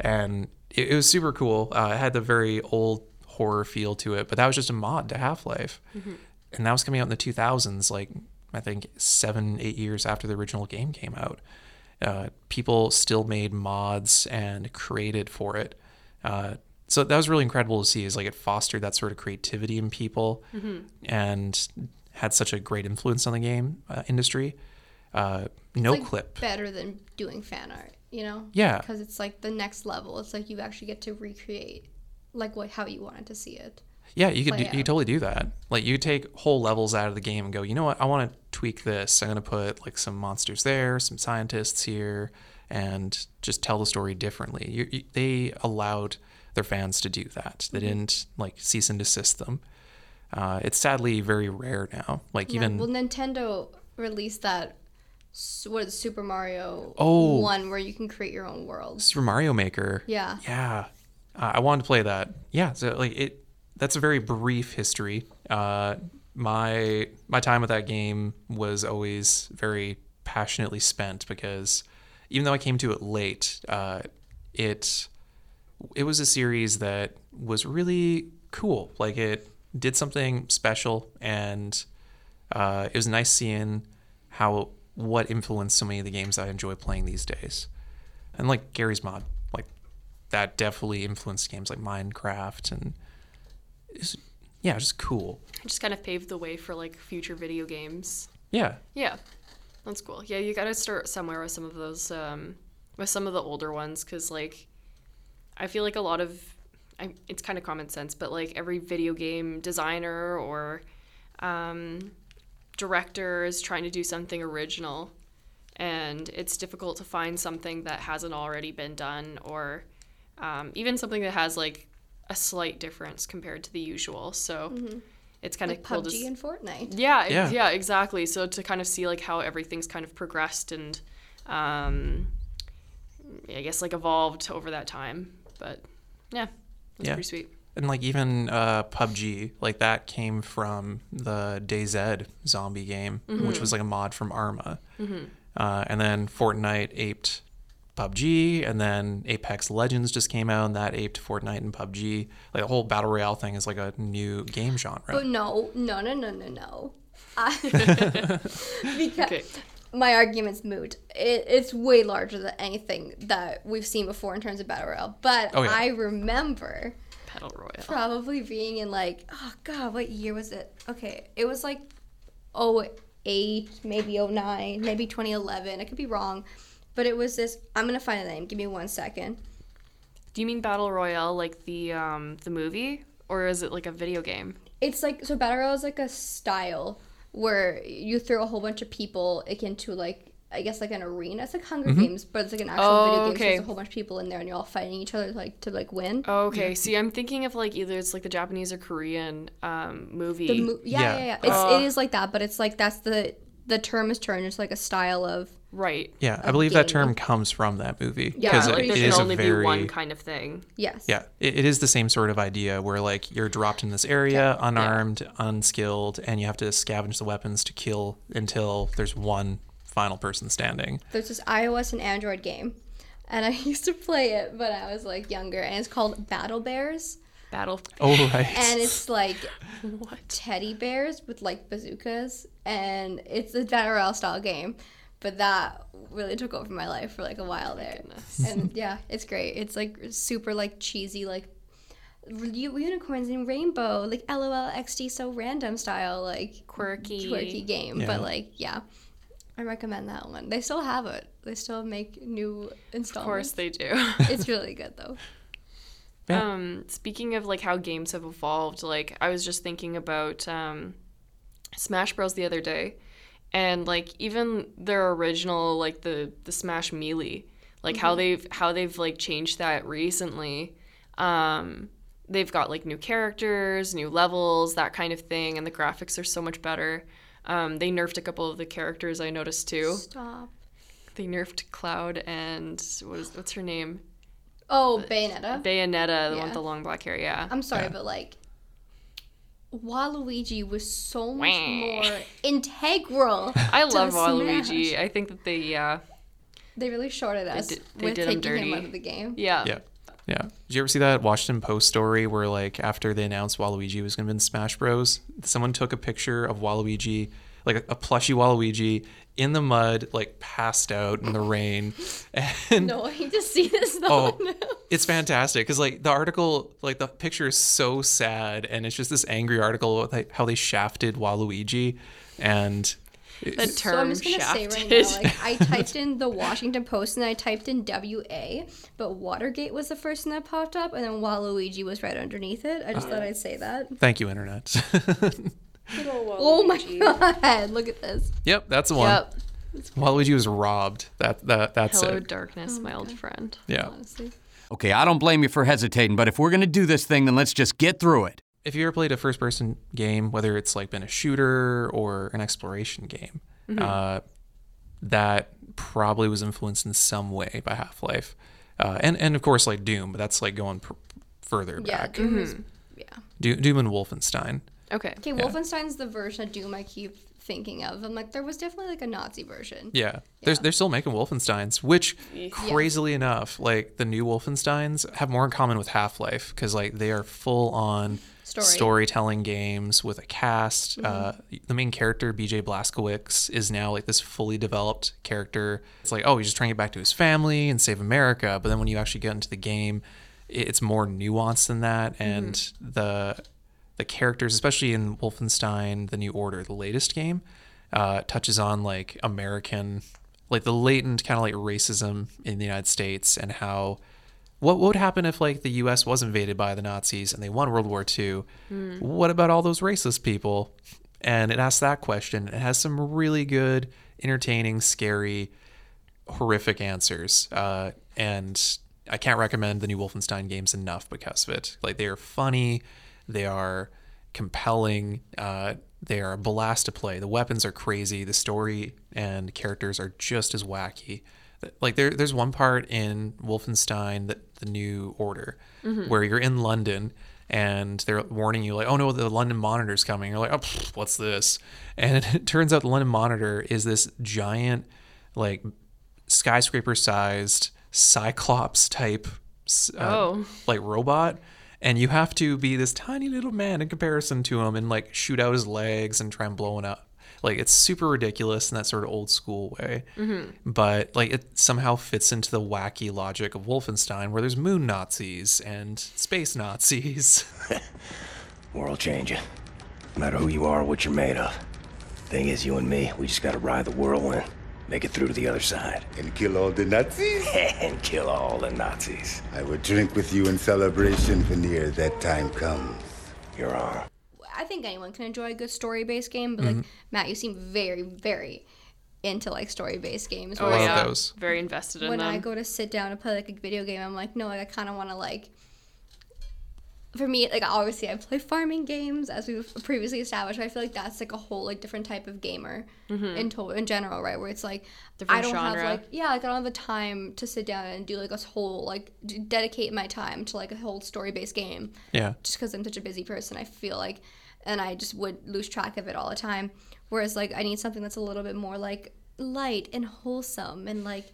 Speaker 2: And it, it was super cool. Uh, it had the very old horror feel to it, but that was just a mod to Half Life. And that was coming out in the 2000s, like I think seven, eight years after the original game came out. Uh, people still made mods and created for it. Uh, so that was really incredible to see is like it fostered that sort of creativity in people and had such a great influence on the game uh, industry. Uh, no
Speaker 1: Like,
Speaker 2: clip.
Speaker 1: better than doing fan art, you know?
Speaker 2: Yeah.
Speaker 1: Because it's like the next level. It's like you actually get to recreate like what how you wanted to see it.
Speaker 2: Yeah, you could do, you
Speaker 1: layout.
Speaker 2: could totally do that. Like you take whole levels out of the game and go, you know what? I want to tweak this. I'm gonna put like some monsters there, some scientists here, and just tell the story differently. You, you, they allowed their fans to do that. They didn't like cease and desist them. Uh, it's sadly very rare now. Like even
Speaker 1: Um, well, Nintendo released that s- what is it, Super Mario
Speaker 2: Oh.
Speaker 1: one where you can create your own world.
Speaker 2: Super Mario Maker.
Speaker 1: Yeah.
Speaker 2: Yeah, uh, I wanted to play that. Yeah, so like it. That's a very brief history. Uh, my my time with that game was always very passionately spent because even though I came to it late, uh, it it was a series that was really cool. Like it did something special, and uh, it was nice seeing how what influenced so many of the games I enjoy playing these days. And like Gary's mod, like that definitely influenced games like Minecraft and it's, yeah, just cool.
Speaker 3: It just kind of paved the way for like future video games.
Speaker 2: Yeah,
Speaker 3: Yeah, that's cool. Yeah, you got to start somewhere with some of those, um, with some of the older ones, because like, I feel like a lot of, I, it's kind of common sense, but like every video game designer or um, director is trying to do something original, and it's difficult to find something that hasn't already been done, or um, even something that has like a slight difference compared to the usual. So. It's
Speaker 1: Mm-hmm.
Speaker 3: kind
Speaker 1: Like
Speaker 3: of cool
Speaker 1: PUBG
Speaker 3: to s-
Speaker 1: and Fortnite.
Speaker 3: yeah, yeah,
Speaker 2: Yeah.
Speaker 3: yeah, exactly. So to kind of see like how everything's kind of progressed and, um, I guess like evolved over that time. But yeah, that's
Speaker 2: Yeah.
Speaker 3: pretty sweet.
Speaker 2: and like even uh, PUBG, like that came from the DayZ zombie game,
Speaker 3: Mm-hmm.
Speaker 2: which was like a mod from Arma, uh, and then Fortnite aped PUBG, and then Apex Legends just came out, and that aped Fortnite and PUBG. Like the whole battle royale thing is like a new game genre.
Speaker 1: But Oh, no, no, no, no, no, no. I, because
Speaker 3: Okay,
Speaker 1: my argument's moot. It, it's way larger than anything that we've seen before in terms of battle royale. But
Speaker 2: Oh, yeah.
Speaker 1: I remember
Speaker 3: Battle Royale.
Speaker 1: probably being in like, oh god, what year was it? Okay, it was like 08, maybe 09, maybe 2011. I could be wrong, but it was this. I'm gonna find a name. Give me one second.
Speaker 3: Do you mean Battle Royale like the um the movie or is it like a video game?
Speaker 1: It's like so battle royale is like a style where you throw a whole bunch of people akin to like I guess like an arena. It's like Hunger Games, but it's like an actual
Speaker 3: Oh,
Speaker 1: video game. So
Speaker 3: okay. Oh,
Speaker 1: there's a whole bunch of people in there, and you're all fighting each other like to like win.
Speaker 3: Okay, see, I'm thinking of like either it's like the Japanese or Korean um movie.
Speaker 1: The mo- yeah, yeah,
Speaker 2: Yeah.
Speaker 1: yeah. It's, it is like that, but it's like that's the the term is turned into like a style of
Speaker 3: right. Uh,
Speaker 2: yeah, I believe that
Speaker 1: game.
Speaker 2: term comes from that movie
Speaker 1: Yeah,
Speaker 2: because
Speaker 1: like,
Speaker 2: it,
Speaker 1: there
Speaker 2: it
Speaker 1: can
Speaker 2: is a
Speaker 3: only
Speaker 2: very
Speaker 3: be one kind of thing.
Speaker 1: yes.
Speaker 2: Yeah, it, it is the same sort of idea where like you're dropped in this area, unarmed, unskilled, and you have to scavenge the weapons to kill until there's one final person standing.
Speaker 1: There's this iOS and Android game, and I used to play it, but I was like younger, and it's called Battle Bears,
Speaker 3: Battle.
Speaker 2: Oh right.
Speaker 1: and it's like
Speaker 3: What?
Speaker 1: teddy bears with like bazookas and it's a battle royale style game but that really took over my life for like a while there and yeah it's great it's like super like cheesy like u- unicorns and rainbow like lol xd so random style like
Speaker 3: Quirky.
Speaker 1: quirky game
Speaker 2: Yeah.
Speaker 1: but like yeah i recommend that one they still have it they still make new
Speaker 3: Of
Speaker 1: installments
Speaker 3: course they do.
Speaker 1: it's really good though
Speaker 2: Yeah.
Speaker 3: Um, speaking of like how games have evolved, like I was just thinking about um, Smash Bros. the other day, and like even their original like the the Smash Melee, like how they've how they've like changed that recently. Um, they've got like new characters, new levels, that kind of thing, and the graphics are so much better. Um, they nerfed a couple of the characters I noticed too.
Speaker 1: stop
Speaker 3: They nerfed Cloud and what is what's her name?
Speaker 1: oh bayonetta
Speaker 3: Bayonetta, the one
Speaker 1: Yeah.
Speaker 3: with the long black hair. Yeah.
Speaker 1: I'm sorry, but like Waluigi was so much
Speaker 3: Wah.
Speaker 1: more integral.
Speaker 3: I
Speaker 1: to
Speaker 3: love
Speaker 1: the
Speaker 3: Waluigi.
Speaker 1: Smash.
Speaker 3: I think that they, yeah,
Speaker 1: They really shorted us
Speaker 3: did- they
Speaker 1: with
Speaker 3: did him
Speaker 1: taking him, out
Speaker 3: dirty.
Speaker 1: of the game.
Speaker 3: yeah,
Speaker 2: yeah. Yeah. Did you ever see that Washington Post story where like after they announced Waluigi was gonna be in Smash Bros, someone took a picture of Waluigi, like a, a plushy Waluigi in the mud, like passed out in the rain. And
Speaker 1: No, I need to see this though.
Speaker 2: Oh, it's fantastic because like the article, like the picture is so sad, and it's just this angry article about like, how they shafted Waluigi, and
Speaker 3: the term
Speaker 1: So I'm just gonna
Speaker 3: shafted.
Speaker 1: say right now, like I typed in the Washington Post and I typed in WA, but Watergate was the first thing that popped up, and then Waluigi was right underneath it. I just thought I'd say that.
Speaker 2: thank you, internet.
Speaker 1: Oh my god! Look at this.
Speaker 2: yep, that's the one.
Speaker 3: Yep.
Speaker 2: Waluigi was robbed. That that that's
Speaker 3: Hello,
Speaker 2: it.
Speaker 3: darkness,
Speaker 1: Oh,
Speaker 3: my old friend.
Speaker 2: Yeah.
Speaker 1: Honestly,
Speaker 7: Okay, I don't blame you for hesitating, but if we're gonna do this thing, then let's just get through it.
Speaker 2: If you ever played a first-person game, whether it's like been a shooter or an exploration game, uh, that probably was influenced in some way by Half-Life, uh, and and of course like Doom, but that's like going pr- further
Speaker 1: yeah.
Speaker 2: back.
Speaker 1: Doom is- yeah.
Speaker 2: Do- Doom and Wolfenstein.
Speaker 3: Okay.
Speaker 1: Okay, Wolfenstein's the version of Doom I keep thinking of. I'm like, there was definitely like a Nazi version.
Speaker 2: Yeah. They're, they're still making Wolfensteins, which crazily enough, like the new Wolfensteins have more in common with Half Life because like they are full on
Speaker 1: Story.
Speaker 2: storytelling games with a cast. Uh, the main character, BJ Blazkowicz, is now like this fully developed character. It's like, oh, he's just trying to get back to his family and save America. But then when you actually get into the game, i- it's more nuanced than that. And the the characters, especially in Wolfenstein: The New Order, the latest game, uh, touches on like American, like the latent kind of like racism in the United States and how what would happen if like the U.S. was invaded by the Nazis and they won World War II? What about all those racist people? And it asks that question. It has some really good, entertaining, scary, horrific answers. Uh, and I can't recommend the new Wolfenstein games enough because of it. Like they are funny, they are compelling, uh, they are a blast to play. The weapons are crazy. The story and characters are just as wacky. Like there, there's one part in Wolfenstein that the New Order where you're in London and they're warning you like oh no the london monitor's coming you're like oh pfft, what's this and it turns out the london monitor is this giant like skyscraper sized cyclops type uh,
Speaker 3: Oh.
Speaker 2: like robot and you have to be this tiny little man in comparison to him and like shoot out his legs and try and blow him up like it's super ridiculous in that sort of old school way but like it somehow fits into the wacky logic of wolfenstein where there's moon nazis and space nazis
Speaker 8: World changing. No matter who you are or what you're made of. Thing is, you and me, we just gotta ride the whirlwind, make it through to the other side,
Speaker 9: and kill all the Nazis.
Speaker 8: and kill all the Nazis.
Speaker 9: I will drink with you in celebration veneer that time comes.
Speaker 8: You're on.
Speaker 1: I think anyone can enjoy a good story-based game, but like Matt, you seem very, very into like story-based games.
Speaker 3: Oh
Speaker 1: whereas
Speaker 2: Love
Speaker 3: yeah.
Speaker 2: those.
Speaker 3: Very invested in
Speaker 1: when
Speaker 3: them.
Speaker 1: I go to sit down and play like a video game, I'm like, no, like, I kind of want to like. For me, like obviously, I play farming games as we've previously established. But I feel like that's like a whole like different type of gamer in to- in general, right? Where it's like I
Speaker 3: Mm-hmm. Different
Speaker 1: don't
Speaker 3: genre.
Speaker 1: have like yeah, like I don't have the time to sit down and do like a whole like d- dedicate my time to like a whole story based game
Speaker 2: yeah
Speaker 1: just because I'm such a busy person, I feel like, and I just would lose track of it all the time. Whereas, like, I need something that's a little bit more like light and wholesome and like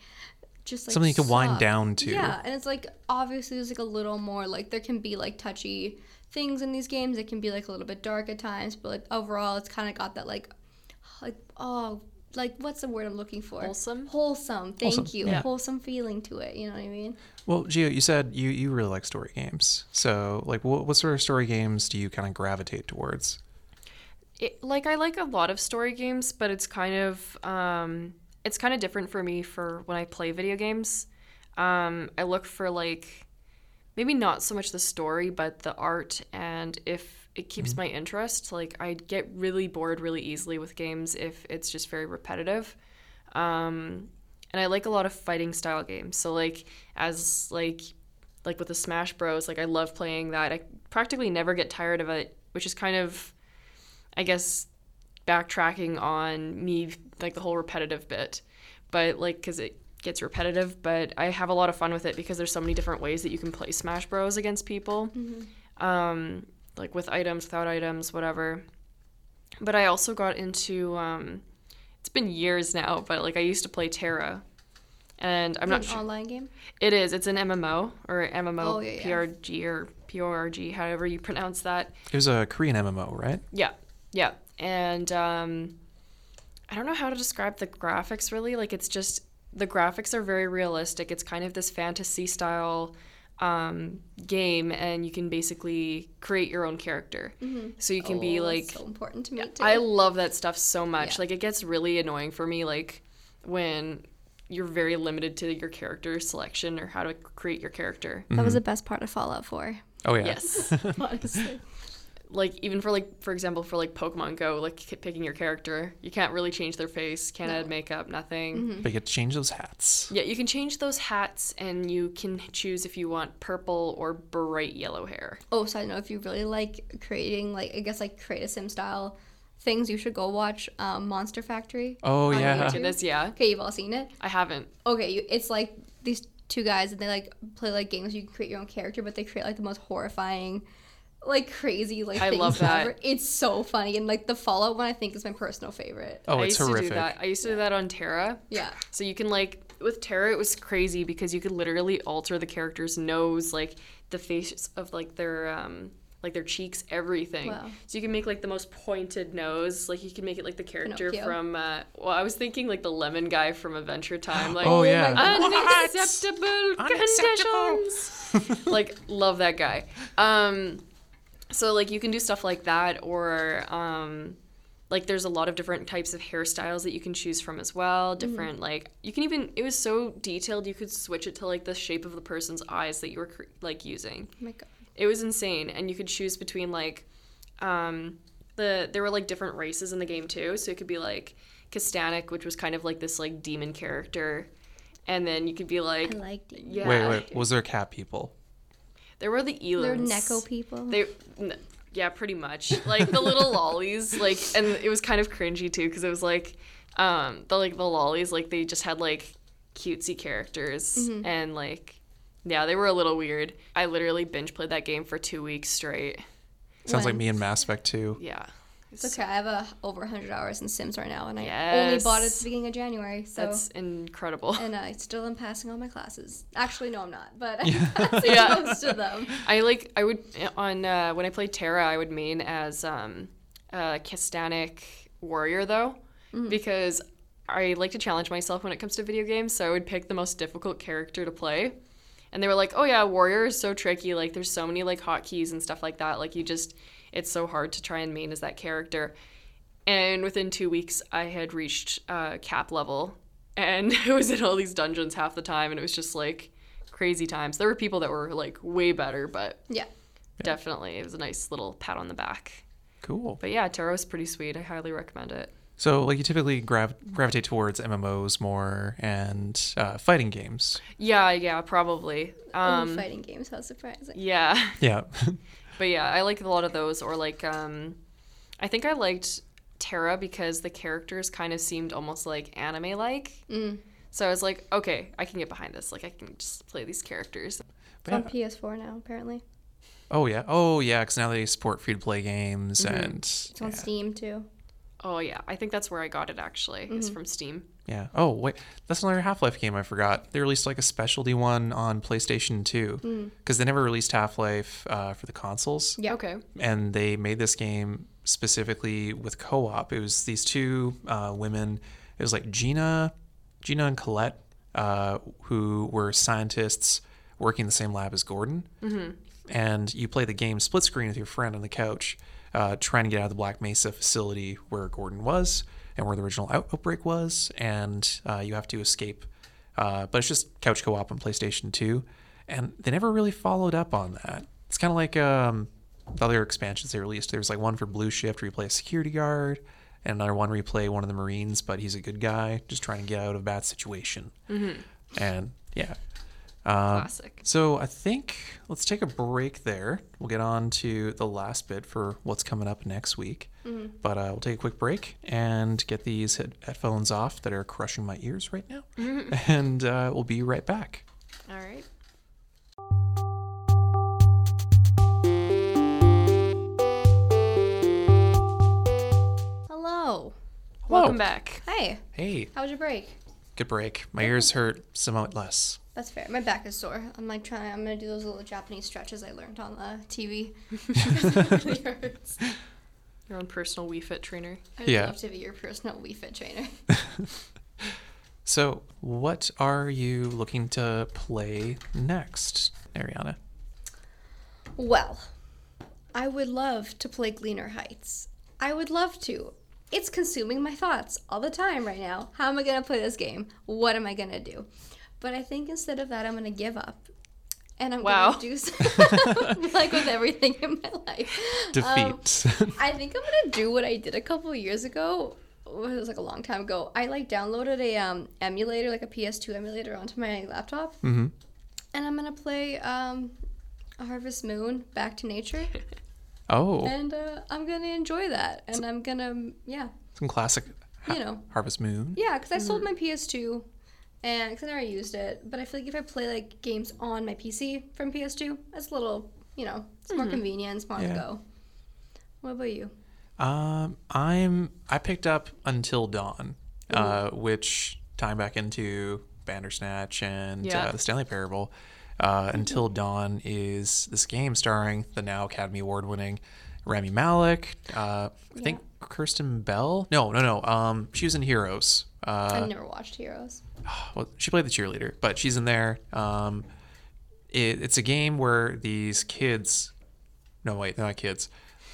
Speaker 1: just like
Speaker 2: Something you can wind
Speaker 1: soft.
Speaker 2: down to.
Speaker 1: Yeah, and it's like obviously there's like a little more like there can be like touchy things in these games. It can be like a little bit dark at times, but like overall, it's kind of got that like like oh like what's the word I'm looking for?
Speaker 3: Wholesome?
Speaker 1: Wholesome. Thank
Speaker 2: Wholesome,
Speaker 1: you.
Speaker 2: yeah.
Speaker 1: Wholesome feeling to it. You know what I mean?
Speaker 2: Well, Gio, you said you, you really like story games. So, like, what, what sort of story games do you kind of gravitate towards?
Speaker 3: it, like I like a lot of story games, but it's kind of um, it's kind of different for me for when I play video games. Um, I look for like maybe not so much the story, but the art, and if it keeps my interest. Like I get really bored really easily with games if it's just very repetitive. Um, and I like a lot of fighting style games. So like as like like with the Smash Bros, like I love playing that. I practically never get tired of it, which is kind of I guess backtracking on me like the whole repetitive bit, but like because it gets repetitive. But I have a lot of fun with it because there's so many different ways that you can play Smash Bros against people, um, like with items, without items, whatever. But I also got into um, it's been years now, but like I used to play Terra, and I'm not
Speaker 1: An
Speaker 3: sure.
Speaker 1: online game.
Speaker 3: It is. It's an MMO or MMO
Speaker 1: Oh, yeah, yeah.
Speaker 3: PRG or PRG, however you pronounce that.
Speaker 2: It was a Korean MMO, right?
Speaker 3: Yeah, yeah. And um, I don't know how to describe the graphics really. Like, it's just the graphics are very realistic. It's kind of this fantasy style um, game, and you can basically create your own character. So you can be
Speaker 1: Oh,
Speaker 3: like,
Speaker 1: so important to me too.
Speaker 3: I love that stuff so much.
Speaker 1: Yeah.
Speaker 3: Like, it gets really annoying for me, like, when you're very limited to your character selection or how to create your character.
Speaker 1: That
Speaker 2: Mm-hmm.
Speaker 1: was the best part of Fallout 4.
Speaker 2: Oh, yeah.
Speaker 3: Yes. like even for like for example for like Pokemon Go, like k- picking your character, you can't really change their face, can't add makeup, nothing.
Speaker 2: But you get to change those hats.
Speaker 3: Yeah, you can change those hats, and you can choose if you want purple or bright yellow hair.
Speaker 1: Oh, so I know if you really like creating, like, I guess, like, create a sim style things, you should go watch um, Monster Factory.
Speaker 2: Oh,
Speaker 1: on
Speaker 2: yeah.
Speaker 1: YouTube.
Speaker 3: This yeah,
Speaker 1: Okay, you've all seen it.
Speaker 3: I haven't.
Speaker 1: Okay, you, it's like these two guys and they, like, play, like, games. You can create your own character, but they create, like, the most horrifying like crazy like
Speaker 3: I
Speaker 1: things
Speaker 3: love that.
Speaker 1: ever. It's so funny and like the Fallout one I think is my personal favorite.
Speaker 2: Oh,
Speaker 3: I
Speaker 2: it's
Speaker 3: used to
Speaker 2: horrific.
Speaker 3: do that. I used to do that on Terra.
Speaker 1: Yeah.
Speaker 3: So you can like with Terra, it was crazy because you could literally alter the character's nose, like the faces of like their um like their cheeks, everything.
Speaker 1: Wow.
Speaker 3: So you can make like the most pointed nose, like you can make it like the character
Speaker 1: Pinocchio.
Speaker 3: from. Uh, well, I was thinking like the lemon guy from Adventure Time, like
Speaker 2: Oh, yeah.
Speaker 3: unacceptable
Speaker 2: Unacceptable.
Speaker 3: conditions. like love that guy. Um, so like you can do stuff like that or um, like there's a lot of different types of hairstyles that you can choose from as well
Speaker 1: Mm-hmm.
Speaker 3: different like you can even it was so detailed you could switch it to like the shape of the person's eyes that you were cre- like using
Speaker 1: Oh my god.
Speaker 3: it was insane and you could choose between like um the there were like different races in the game too so it could be like Castanic which was kind of like this like demon character and then you could be like
Speaker 1: I liked it.
Speaker 3: yeah
Speaker 2: Wait, wait. Was there cat people?
Speaker 3: there were the Elans
Speaker 1: They're Neko people.
Speaker 3: they, n- yeah, pretty much. Like the little lollies, like, and it was kind of cringy too, because it was like, um, the like the lollies, like they just had like cutesy characters, and like, yeah, they were a little weird. I literally binge played that game for two weeks straight.
Speaker 2: Sounds like
Speaker 1: When-
Speaker 2: me and Mass Effect 2.
Speaker 3: Yeah,
Speaker 1: It's okay. I have uh, over 100 hours in Sims right now, and I only
Speaker 3: Yes.
Speaker 1: bought it at the beginning of January. So
Speaker 3: that's incredible.
Speaker 1: and I still am passing all my classes. Actually, no, I'm not, but I'm passing
Speaker 3: Yeah.
Speaker 1: most of them.
Speaker 3: I like I would on uh, when I played Terra, I would main as um, a Castanic warrior though, because I like to challenge myself when it comes to video games. So I would pick the most difficult character to play, and they were like, "Oh yeah, warrior is so tricky. Like there's so many like hotkeys and stuff like that. Like you just it's so hard to try and main as that character." And within two weeks, I had reached uh, cap level, and I was in all these dungeons half the time, and it was just like crazy times. There were people that were like way better, but
Speaker 1: Yeah.
Speaker 3: definitely it was a nice little pat on the back.
Speaker 2: Cool.
Speaker 3: But yeah, Tarot's pretty sweet. I highly recommend it.
Speaker 2: So, like, you typically grav- gravitate towards MMOs more and uh, fighting games.
Speaker 3: Yeah, yeah, probably. Um,
Speaker 1: Ooh, fighting games. How surprising.
Speaker 3: yeah,
Speaker 2: Yeah.
Speaker 3: but yeah, I like a lot of those. Or like, um, I think I liked Terra because the characters kind of seemed almost like anime-like. So I was like, okay, I can get behind this. Like, I can just play these characters.
Speaker 1: It's on PS4 now, apparently.
Speaker 2: oh, yeah. Oh, yeah. Because now they support free to play games
Speaker 3: Mm-hmm.
Speaker 2: and.
Speaker 1: It's on Steam too.
Speaker 3: Oh yeah, I think that's where I got it actually. Is from Steam.
Speaker 2: Yeah. Oh, wait. That's another Half Life game I forgot. They released like a specialty one on PlayStation
Speaker 3: Hmm.
Speaker 2: 2 because they never released Half Life uh, for the consoles.
Speaker 1: Yeah.
Speaker 3: Okay.
Speaker 2: and they made this game specifically with co-op. It was these two uh, women. It was like Gina, Gina and Colette, uh, who were scientists working in the same lab as Gordon. Mm-hmm. And you play the game split screen with your friend on the couch, uh, trying to get out of the Black Mesa facility where Gordon was and where the original out- outbreak was, and uh, you have to escape. Uh, but it's just couch co-op on PlayStation 2, and they never really followed up on that. It's kind of like um, the other expansions they released. There was like one for Blue Shift where you play a security guard, and another one where you play one of the Marines, but he's a good guy, just trying to get out of a bad situation. And yeah.
Speaker 3: Classic.
Speaker 2: So I think let's take a break there. We'll get on to the last bit for what's coming up next week.
Speaker 1: Mm-hmm.
Speaker 2: But uh, we'll take a quick break and get these head- headphones off that are crushing my ears right now.
Speaker 1: Mm-hmm.
Speaker 2: And uh, we'll be right back.
Speaker 3: All right.
Speaker 1: Hello.
Speaker 3: Welcome back.
Speaker 1: Hey.
Speaker 2: Hey,
Speaker 1: How was your break?
Speaker 2: good break. My ears hurt somewhat less.
Speaker 1: That's fair. My back is sore. I'm like trying. I'm gonna do those little Japanese stretches I learned on uh, the TV. it really hurts.
Speaker 3: Your own personal Wii Fit trainer.
Speaker 1: I'd
Speaker 2: Yeah.
Speaker 1: love to be your personal Wii Fit trainer.
Speaker 2: So, what are you looking to play next,
Speaker 1: Um,
Speaker 2: Ariana?
Speaker 1: Well, I would love to play Gleaner Heights. I would love to. It's consuming my thoughts all the time right now. How am I going to play this game? What am I going to do? But I think instead of that, I'm going to give up. And I'm
Speaker 3: Wow.
Speaker 1: going to do some, like with everything in my life.
Speaker 2: Defeat.
Speaker 1: I think I'm gonna do what I did a couple years ago. It was like a long time ago. I like downloaded a um, emulator, like a PS2 emulator, onto my laptop, mm-hmm. and I'm gonna play um, Harvest Moon: Back to Nature,
Speaker 2: oh,
Speaker 1: and uh, I'm gonna enjoy that. And I'm gonna, um, yeah,
Speaker 2: some classic. ha-
Speaker 1: You know.
Speaker 2: Harvest Moon.
Speaker 1: yeah, because I sold my PS2, and because I never used it. But I feel like if I play like games on my PC from PS2, that's a little you know, it's more convenient, it's more on
Speaker 2: Mm-hmm. Yeah.
Speaker 1: the go. What about you?
Speaker 2: Um, I'm I picked up Until Dawn, uh, which tying back into Bandersnatch and
Speaker 3: Yeah.
Speaker 2: uh, the Stanley Parable. Uh, Until Dawn is this game starring the now Academy Award winning Rami Malek. Uh, I think Kirsten Bell. No, no, no. Um, she was in Heroes. Uh,
Speaker 1: I've never watched Heroes.
Speaker 2: well, she played the cheerleader, but she's in there. Um, it, it's a game where these kids, no wait, they're not kids.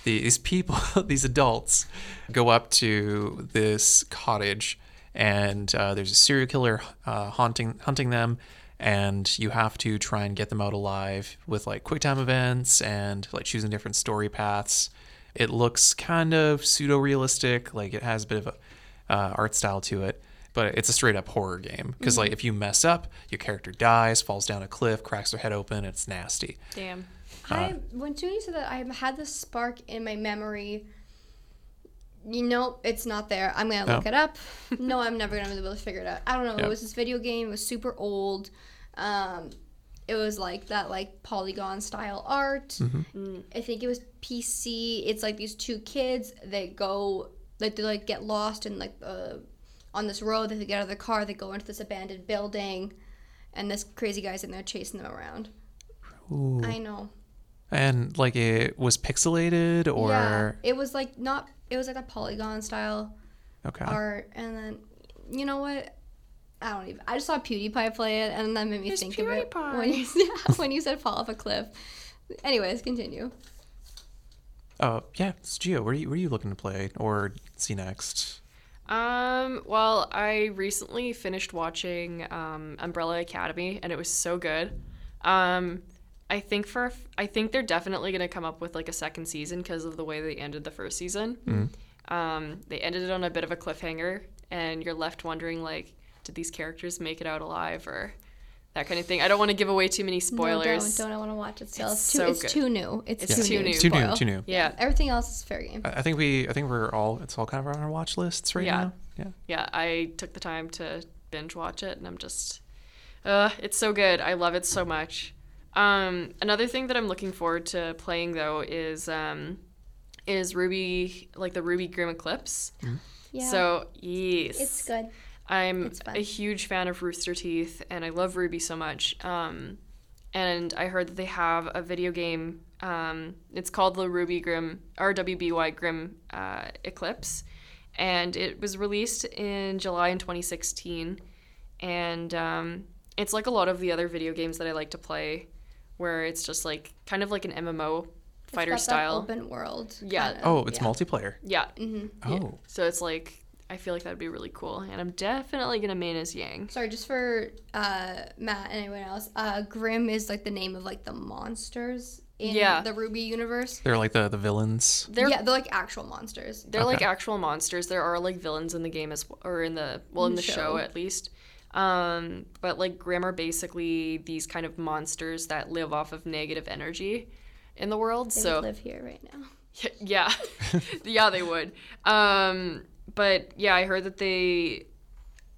Speaker 2: The- These people, these adults, go up to this cottage, and uh, there's a serial killer uh, haunting hunting them, and you have to try and get them out alive with like quick time events and like choosing different story paths. It looks kind of pseudo realistic, like it has a bit of a uh, art style to it but it's a straight up horror game because like if you mess up your character dies falls down a cliff cracks their head open it's nasty
Speaker 3: Damn.
Speaker 1: I when soon you said that I had this spark in my memory. You know, it's not there. I'm gonna look
Speaker 2: No.
Speaker 1: it up. No, I'm never gonna be able to figure it out. I don't know.
Speaker 2: Yeah.
Speaker 1: It was this video game. It was super old. Um, it was like that, like polygon style art. I think it was PC. It's like these two kids. They go, like they like get lost and like uh, on this road. They get out of the car. They go into this abandoned building, and this crazy guy's in there chasing them around. I know.
Speaker 2: and like it was pixelated or
Speaker 1: Yeah, it was like not. It was like a polygon style
Speaker 2: okay
Speaker 1: art, and then you know what? I don't even. I just saw PewDiePie play it, and that made me think of it when you, yeah, when you said fall off a cliff. Anyways, continue.
Speaker 2: oh yeah it's geo what are you, what are you looking to play or see next
Speaker 3: Um, well, I recently finished watching um, Umbrella Academy, and it was so good. Um, I think for a f- I think they're definitely gonna come up with like a second season because of the way they ended the first season. Um, they ended it on a bit of a cliffhanger, and you're left wondering like, did these characters make it out alive or that kind of thing? I don't want to give away too many spoilers.
Speaker 1: No, don't. Don't. I want to watch it still. It's,
Speaker 3: It's
Speaker 1: too.
Speaker 3: so
Speaker 1: it's
Speaker 3: good.
Speaker 1: too new. It's,
Speaker 3: It's
Speaker 1: too,
Speaker 3: too
Speaker 1: new.
Speaker 3: new.
Speaker 1: to
Speaker 2: too new
Speaker 1: spoil.
Speaker 2: too new Uh,
Speaker 3: Yeah.
Speaker 1: Everything else is fair game.
Speaker 2: i I think we i think we're all it's all kind of on our watch lists right
Speaker 3: Yeah.
Speaker 2: now yeah
Speaker 3: yeah, I took the time to binge watch it, and I'm just, uh, it's so good. I love it so much. Um, another thing that I'm looking forward to playing though is um, is Ruby like the Ruby Grim Eclipse.
Speaker 1: Yeah.
Speaker 3: So yes,
Speaker 1: it's good.
Speaker 3: I'm
Speaker 1: It's fun.
Speaker 3: a huge fan of Rooster Teeth, and I love Ruby so much. Um, and I heard that they have a video game. Um, it's called the Ruby Grim RWBY Grim uh, Eclipse, and it was released in July in 2016. And um, it's like a lot of the other video games that I like to play, where it's just like kind of like an MMO
Speaker 1: It's
Speaker 3: fighter
Speaker 1: got that
Speaker 3: style.
Speaker 1: Open world.
Speaker 3: Yeah.
Speaker 1: kind of-
Speaker 2: oh it's multiplayer
Speaker 3: yeah.
Speaker 1: Mm-hmm.
Speaker 2: oh
Speaker 3: So it's like I feel like that'd be really cool, and I'm definitely gonna main as Yang.
Speaker 1: Sorry, just for uh, Matt and anyone else. Uh, Grim is like the name of like the monsters in
Speaker 3: Yeah.
Speaker 1: the Ruby universe.
Speaker 2: they're like the the villains
Speaker 3: They're-
Speaker 1: yeah, they're like actual monsters.
Speaker 3: They're like actual monsters. There are like villains in the game as or in the well in the show,
Speaker 1: Show.
Speaker 3: at least. Um, but like Grimm are basically these kind of monsters that live off of negative energy in the world.
Speaker 1: They
Speaker 3: so
Speaker 1: would live here right now.
Speaker 3: yeah, yeah, they would. Um, but yeah, I heard that they.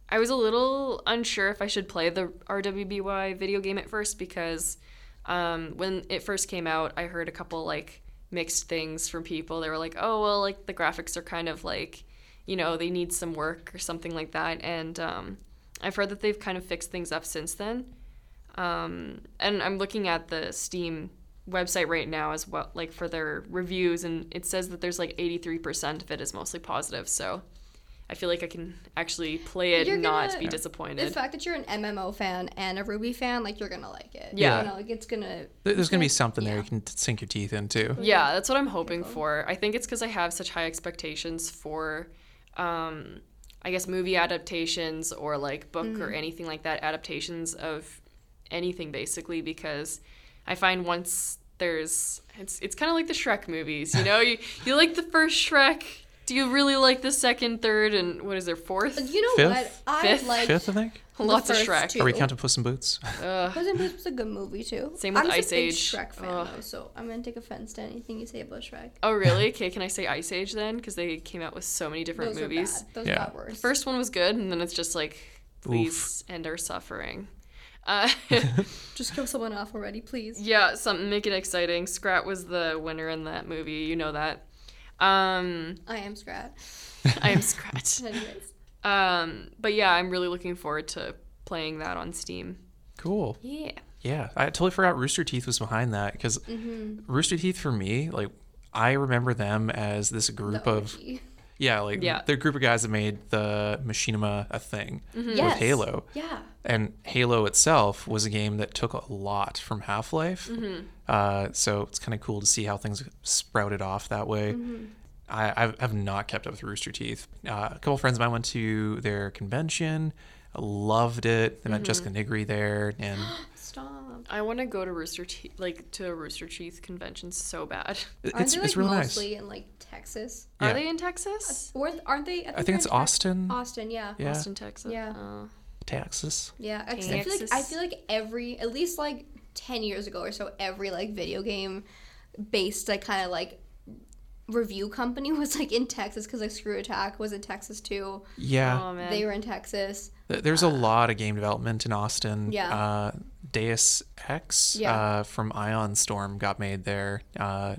Speaker 3: I was a little unsure if I should play the RWBY video game at first because um, when it first came out, I heard a couple like mixed things from people. They were like, "Oh well, like the graphics are kind of like, you know, they need some work or something like that." And um, I've heard that they've kind of fixed things up since then Um, and I'm looking at the Steam website right now as well, like for their reviews, and it says that there's like 83% of it is mostly positive. So I feel like I can actually play it
Speaker 1: You're
Speaker 3: and not
Speaker 1: gonna-
Speaker 3: be
Speaker 1: The
Speaker 3: disappointed.
Speaker 1: fact that you're an MMO fan and a Ruby fan, like you're gonna like it.
Speaker 3: Yeah.
Speaker 1: You know, like it's gonna.
Speaker 2: There- there's gonna be something there you can t- sink your teeth into
Speaker 1: Oh,
Speaker 3: yeah, that's what I'm hoping for. I think it's because I have such high expectations for, um, I guess, movie adaptations or like book or
Speaker 1: Mm.
Speaker 3: anything like that, adaptations of anything basically, because I find once there's it's it's kind of like the Shrek movies, you know, you you like the first Shrek, do you really like the second, third, and what is there fourth?
Speaker 1: You know
Speaker 2: Fifth?
Speaker 1: what? I
Speaker 3: Fifth?
Speaker 1: like.
Speaker 2: fifth i think
Speaker 3: Lots of
Speaker 1: first
Speaker 3: Shrek.
Speaker 1: two.
Speaker 2: are we counting puss in boots
Speaker 1: Puss in Boots was a good movie too.
Speaker 3: Same with
Speaker 1: I'm just
Speaker 3: Ice
Speaker 1: a big
Speaker 3: Age.
Speaker 1: Shrek fan
Speaker 3: Ugh.
Speaker 1: though, so I'm gonna take offense to anything you say about Shrek.
Speaker 3: Oh really? Okay, can I say Ice Age then? Because they came out with so many different
Speaker 1: Those
Speaker 3: movies.
Speaker 1: are bad. Those
Speaker 2: Yeah.
Speaker 1: got worse.
Speaker 3: First one was good, and then it's just like, please end our suffering. Uh,
Speaker 1: Just kill someone off already, please.
Speaker 3: yeah, something make it exciting. Scrat was the winner in that movie. You know that. Um,
Speaker 1: I am Scrat.
Speaker 3: I am Scrat.
Speaker 1: Anyways.
Speaker 3: Um, but yeah, I'm really looking forward to playing that on Steam.
Speaker 2: Cool.
Speaker 3: Yeah.
Speaker 2: Yeah, I totally forgot Rooster Teeth was behind that because
Speaker 3: Mm-hmm.
Speaker 2: Rooster Teeth for me, like I remember them as this group of
Speaker 1: Gee.
Speaker 2: yeah, like
Speaker 3: Yeah.
Speaker 2: they're a group of guys that made the machinima a thing with
Speaker 1: Mm-hmm. Yes.
Speaker 2: Halo.
Speaker 1: Yeah.
Speaker 2: And Halo itself was a game that took a lot from Half Life,
Speaker 1: Mm-hmm.
Speaker 2: uh, so it's kind of cool to see how things sprouted off that way.
Speaker 1: Mm-hmm.
Speaker 2: I, I've, I've not kept up with Rooster Teeth. Uh, a couple friends of mine went to their convention, loved it. They met
Speaker 1: Mm-hmm.
Speaker 2: Jessica Nigri there, and
Speaker 1: Stop.
Speaker 3: I want to go to Rooster Teeth, like to a Rooster Teeth convention so bad.
Speaker 1: Aren't
Speaker 2: it's
Speaker 1: they like
Speaker 2: it's really nice.
Speaker 1: mostly in like Texas?
Speaker 3: Are
Speaker 2: Yeah.
Speaker 3: they in Texas?
Speaker 1: Or th- aren't they? I think,
Speaker 2: think
Speaker 1: they're
Speaker 2: it's
Speaker 1: in Tex-
Speaker 2: Austin.
Speaker 1: Austin, yeah.
Speaker 2: Yeah.
Speaker 3: Austin, Texas.
Speaker 1: Yeah.
Speaker 3: Oh.
Speaker 2: Texas.
Speaker 1: Yeah, I, 'cause I feel like I
Speaker 3: Texas.
Speaker 1: feel like every at least like ten years ago or so, every like video game based like kind of like review company was like in Texas because like Screw Attack was in Texas too.
Speaker 2: Yeah.
Speaker 3: Oh, man.
Speaker 1: They were in Texas.
Speaker 2: Th- There's a lot of game development in Austin.
Speaker 1: Yeah.
Speaker 2: Uh, Deus Ex
Speaker 1: Yeah.
Speaker 2: uh, from Ion Storm got made there. Uh,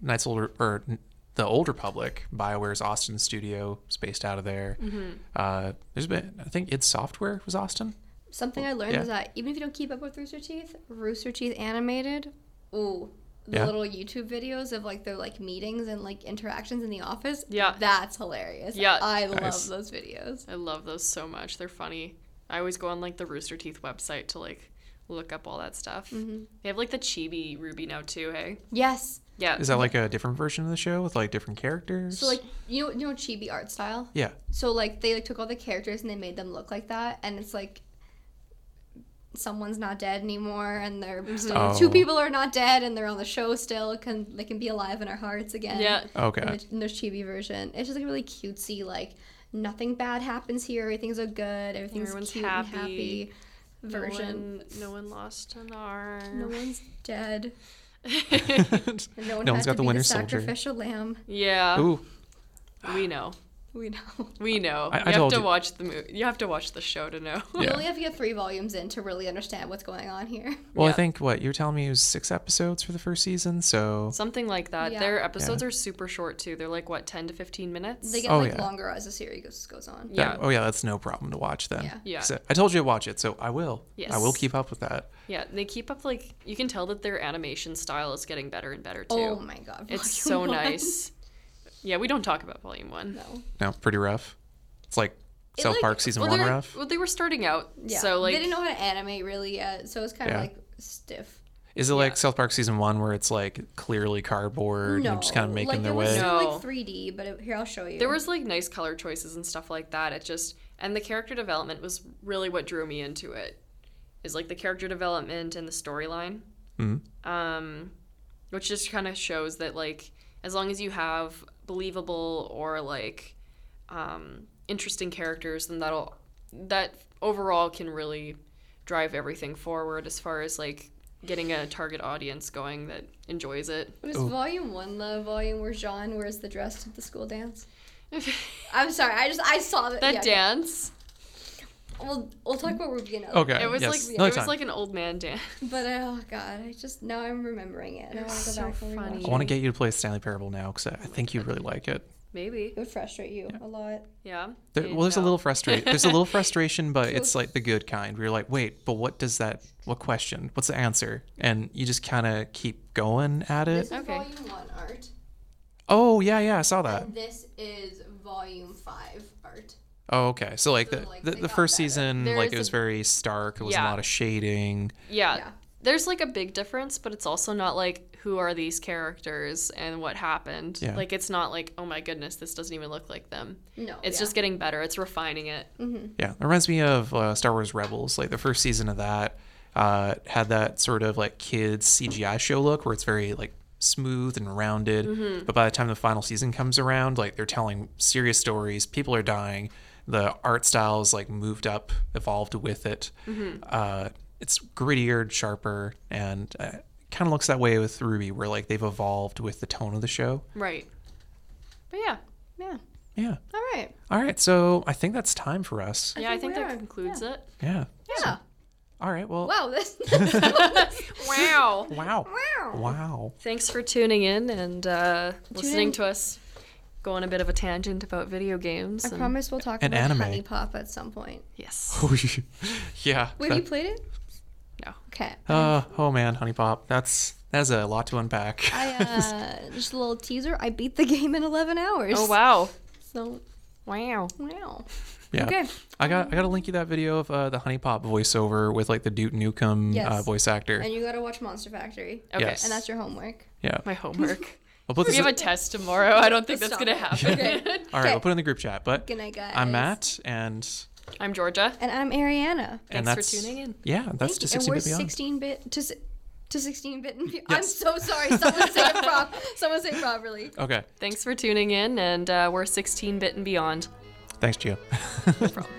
Speaker 2: Knights Older or n- the Old Republic, Bioware's Austin studio, is based out of there.
Speaker 1: Mm-hmm.
Speaker 2: Uh, there's been, I think, id Software was Austin.
Speaker 1: Something I learned
Speaker 2: yeah.
Speaker 1: is that even if you don't keep up with Rooster Teeth, Rooster Teeth animated, ooh, the
Speaker 2: Yeah.
Speaker 1: little YouTube videos of like their like meetings and like interactions in the office.
Speaker 3: Yeah.
Speaker 1: that's hilarious.
Speaker 3: Yeah.
Speaker 1: I
Speaker 2: Nice.
Speaker 1: love those videos.
Speaker 3: I love those so much. They're funny. I always go on like the Rooster Teeth website to like look up all that stuff. They have like the Chibi Ruby now too. Hey.
Speaker 1: Yes,
Speaker 3: Yeah.
Speaker 2: Is that like a different version of the show with like different characters?
Speaker 1: so like you know you know chibi art style.
Speaker 2: yeah,
Speaker 1: So like they like took all the characters and they made them look like that, and it's like someone's not dead anymore, and they're
Speaker 3: Mm-hmm.
Speaker 1: so
Speaker 2: Oh.
Speaker 1: two people are not dead, and they're on the show still. Can they can be alive in our hearts again?
Speaker 3: Yeah.
Speaker 2: Okay.
Speaker 1: In the, in the chibi version, it's just like a really cutesy like nothing bad happens here. Everything's all good. Everything's
Speaker 3: Everyone's
Speaker 1: cute
Speaker 3: happy.
Speaker 1: and happy. Version.
Speaker 3: No one, no one lost an arm.
Speaker 1: No one's dead. And no one
Speaker 2: No
Speaker 1: has
Speaker 2: one's got
Speaker 1: to
Speaker 2: the
Speaker 1: be
Speaker 2: winter
Speaker 1: the
Speaker 2: soldier.
Speaker 1: sacrificial lamb.
Speaker 3: yeah.
Speaker 2: ooh,
Speaker 3: We know.
Speaker 1: We know.
Speaker 3: We know.
Speaker 2: I- I
Speaker 3: you have
Speaker 2: told
Speaker 3: to
Speaker 2: you.
Speaker 3: watch the movie. You have to watch the show to know.
Speaker 1: You
Speaker 2: yeah.
Speaker 1: only have to get three volumes in to really understand what's going on here.
Speaker 2: Well, I
Speaker 3: Yeah.
Speaker 2: think what you were telling me it was six episodes for the first season, so
Speaker 3: Something like that.
Speaker 1: Yeah.
Speaker 3: Their episodes are super short too. They're like what, 10 to 15 minutes?
Speaker 1: They get
Speaker 2: Oh,
Speaker 1: like
Speaker 2: yeah.
Speaker 1: longer as the series goes, goes on.
Speaker 3: yeah.
Speaker 2: That- oh yeah, that's no problem to watch then.
Speaker 1: Yeah.
Speaker 3: Yeah.
Speaker 2: 'Cause I- I told you to watch it, so I will. I will
Speaker 3: Yes.
Speaker 2: keep up with that.
Speaker 3: Yeah, they keep up like you can tell that their animation style is getting better and better too.
Speaker 1: Oh my god,
Speaker 3: it's so
Speaker 1: volume one.
Speaker 3: nice. Yeah, we don't talk about volume one.
Speaker 1: No.
Speaker 2: No, pretty rough. It's like
Speaker 1: It,
Speaker 2: South
Speaker 1: like-
Speaker 2: Park season
Speaker 3: Well,
Speaker 2: one
Speaker 3: they're-
Speaker 2: rough.
Speaker 3: well, they were starting out,
Speaker 1: Yeah.
Speaker 3: so like
Speaker 1: they didn't know how to animate really yet, so it's kind of
Speaker 2: Yeah.
Speaker 1: like stiff.
Speaker 2: Is it like South Park season one where it's like clearly cardboard
Speaker 1: No,
Speaker 2: and just kind of making
Speaker 1: like,
Speaker 2: their
Speaker 1: there was
Speaker 2: way?
Speaker 1: still,
Speaker 3: No.
Speaker 1: like 3D, but it, here I'll show you.
Speaker 3: there was like nice color choices and stuff like that. It just and the character development was really what drew me into it. Is like the character development and the storyline, um, which just kind of shows that like as long as you have believable or like um, interesting characters, then that'll that overall can really drive everything forward as far as like getting a target audience going that enjoys it.
Speaker 1: It was volume one the volume where Jean wears the dress to the school dance? I'm sorry, I just I saw that.
Speaker 3: That
Speaker 1: yeah, okay.
Speaker 3: dance,
Speaker 1: We'll we'll talk about Ruby another.
Speaker 2: Okay.
Speaker 3: it was
Speaker 2: yes.
Speaker 3: like
Speaker 2: Another
Speaker 3: it was
Speaker 2: time.
Speaker 3: like an old man dance.
Speaker 1: But oh god, I just now I'm remembering it. and I want to go
Speaker 3: so
Speaker 1: back and rewatch
Speaker 3: funny.
Speaker 1: it.
Speaker 2: I want to get you to play Stanley Parable now because I think you really like it.
Speaker 3: Maybe.
Speaker 1: It would frustrate you a lot.
Speaker 3: Yeah.
Speaker 2: There,
Speaker 3: You
Speaker 2: well, there's a
Speaker 3: know.
Speaker 2: little frustration. There's a little frustration, but it's like the good kind. Where you're like, wait, but what does that? What question? What's the answer? And you just kind of keep going at
Speaker 1: This
Speaker 2: it.
Speaker 1: is
Speaker 3: Okay.
Speaker 1: volume one art.
Speaker 2: Oh yeah, yeah, I saw that.
Speaker 1: This is volume five art.
Speaker 2: Oh, okay. So like
Speaker 1: So,
Speaker 2: the
Speaker 1: like,
Speaker 2: the,
Speaker 1: they
Speaker 2: the
Speaker 1: got
Speaker 2: first
Speaker 1: better.
Speaker 2: season,
Speaker 3: There
Speaker 2: like
Speaker 3: is
Speaker 2: it was
Speaker 3: a-
Speaker 2: very stark. It was a
Speaker 3: Yeah.
Speaker 2: lot of shading.
Speaker 3: Yeah.
Speaker 1: Yeah.
Speaker 3: There's like a big difference, but it's also not like who are these characters and what happened.
Speaker 2: Yeah.
Speaker 3: Like it's not like oh my goodness, this doesn't even look like them.
Speaker 1: No,
Speaker 3: It's
Speaker 1: yeah. Mm-hmm.
Speaker 3: just getting better. It's refining it.
Speaker 2: Yeah, it reminds me of uh, Star Wars Rebels. Like the first season of that uh, had that sort of like kids CGI show look, where it's very like smooth and rounded.
Speaker 1: Mm-hmm.
Speaker 2: But by the time the final season comes around, like they're telling serious stories. People are dying. The art styles like moved up, evolved with it.
Speaker 1: Mm-hmm.
Speaker 2: Uh, it's grittier, and sharper, and uh, kind of looks that way with Ruby, where like they've evolved with the tone of the show.
Speaker 3: Right. But yeah.
Speaker 1: Yeah.
Speaker 2: Yeah.
Speaker 1: All right.
Speaker 2: All right, so I think that's time for us.
Speaker 3: yeah, I think that
Speaker 1: we're-
Speaker 3: concludes it.
Speaker 2: Yeah.
Speaker 1: Yeah.
Speaker 2: All right. Well.
Speaker 1: Wow, this.
Speaker 3: Wow.
Speaker 2: Wow.
Speaker 1: Wow.
Speaker 2: Wow.
Speaker 3: Thanks for tuning in and uh, listening to us go on a bit of a tangent about video games.
Speaker 1: I
Speaker 3: and-
Speaker 1: promise we'll talk
Speaker 2: An
Speaker 1: about
Speaker 2: anime.
Speaker 1: Honey Pop at some point.
Speaker 3: Yes.
Speaker 2: yeah.
Speaker 1: Wait,
Speaker 2: that-
Speaker 1: you played it?
Speaker 3: No.
Speaker 1: Okay.
Speaker 2: uh, oh man, Honey Pop. That's that's a lot to unpack.
Speaker 1: I, uh, just a little teaser. I beat the game in 11 hours.
Speaker 3: Oh wow.
Speaker 1: So,
Speaker 3: Wow.
Speaker 1: wow.
Speaker 2: yeah.
Speaker 1: okay.
Speaker 2: I got I got to link you that video of uh, the Honey Pop voiceover with like the Duke Nukem uh,
Speaker 1: Yes.
Speaker 2: voice actor.
Speaker 1: And you gotta watch Monster Factory.
Speaker 3: Okay.
Speaker 2: Yes.
Speaker 1: And that's your homework.
Speaker 2: yeah.
Speaker 3: My homework.
Speaker 2: I'll put
Speaker 3: we
Speaker 2: this.
Speaker 3: have a test tomorrow. I don't think that's
Speaker 1: Stop
Speaker 3: gonna happen.
Speaker 1: Okay.
Speaker 2: all right. I'll
Speaker 1: okay.
Speaker 2: put it in the group chat. But
Speaker 1: Good night, guys.
Speaker 2: I'm Matt, and
Speaker 3: I'm Georgia.
Speaker 1: And I'm Ariana.
Speaker 2: and
Speaker 3: Thanks for
Speaker 2: that's
Speaker 3: tuning in.
Speaker 2: yeah. That's to
Speaker 1: and
Speaker 2: sixteen
Speaker 1: we're
Speaker 2: bit beyond.
Speaker 1: 16 bit to, si- to 16 bit. And be- I'm so sorry. Someone say it prop. Someone say it properly.
Speaker 2: Okay.
Speaker 3: Thanks for tuning in, and uh, we're 16 bit and beyond.
Speaker 2: Thanks, Gio.
Speaker 3: No problem.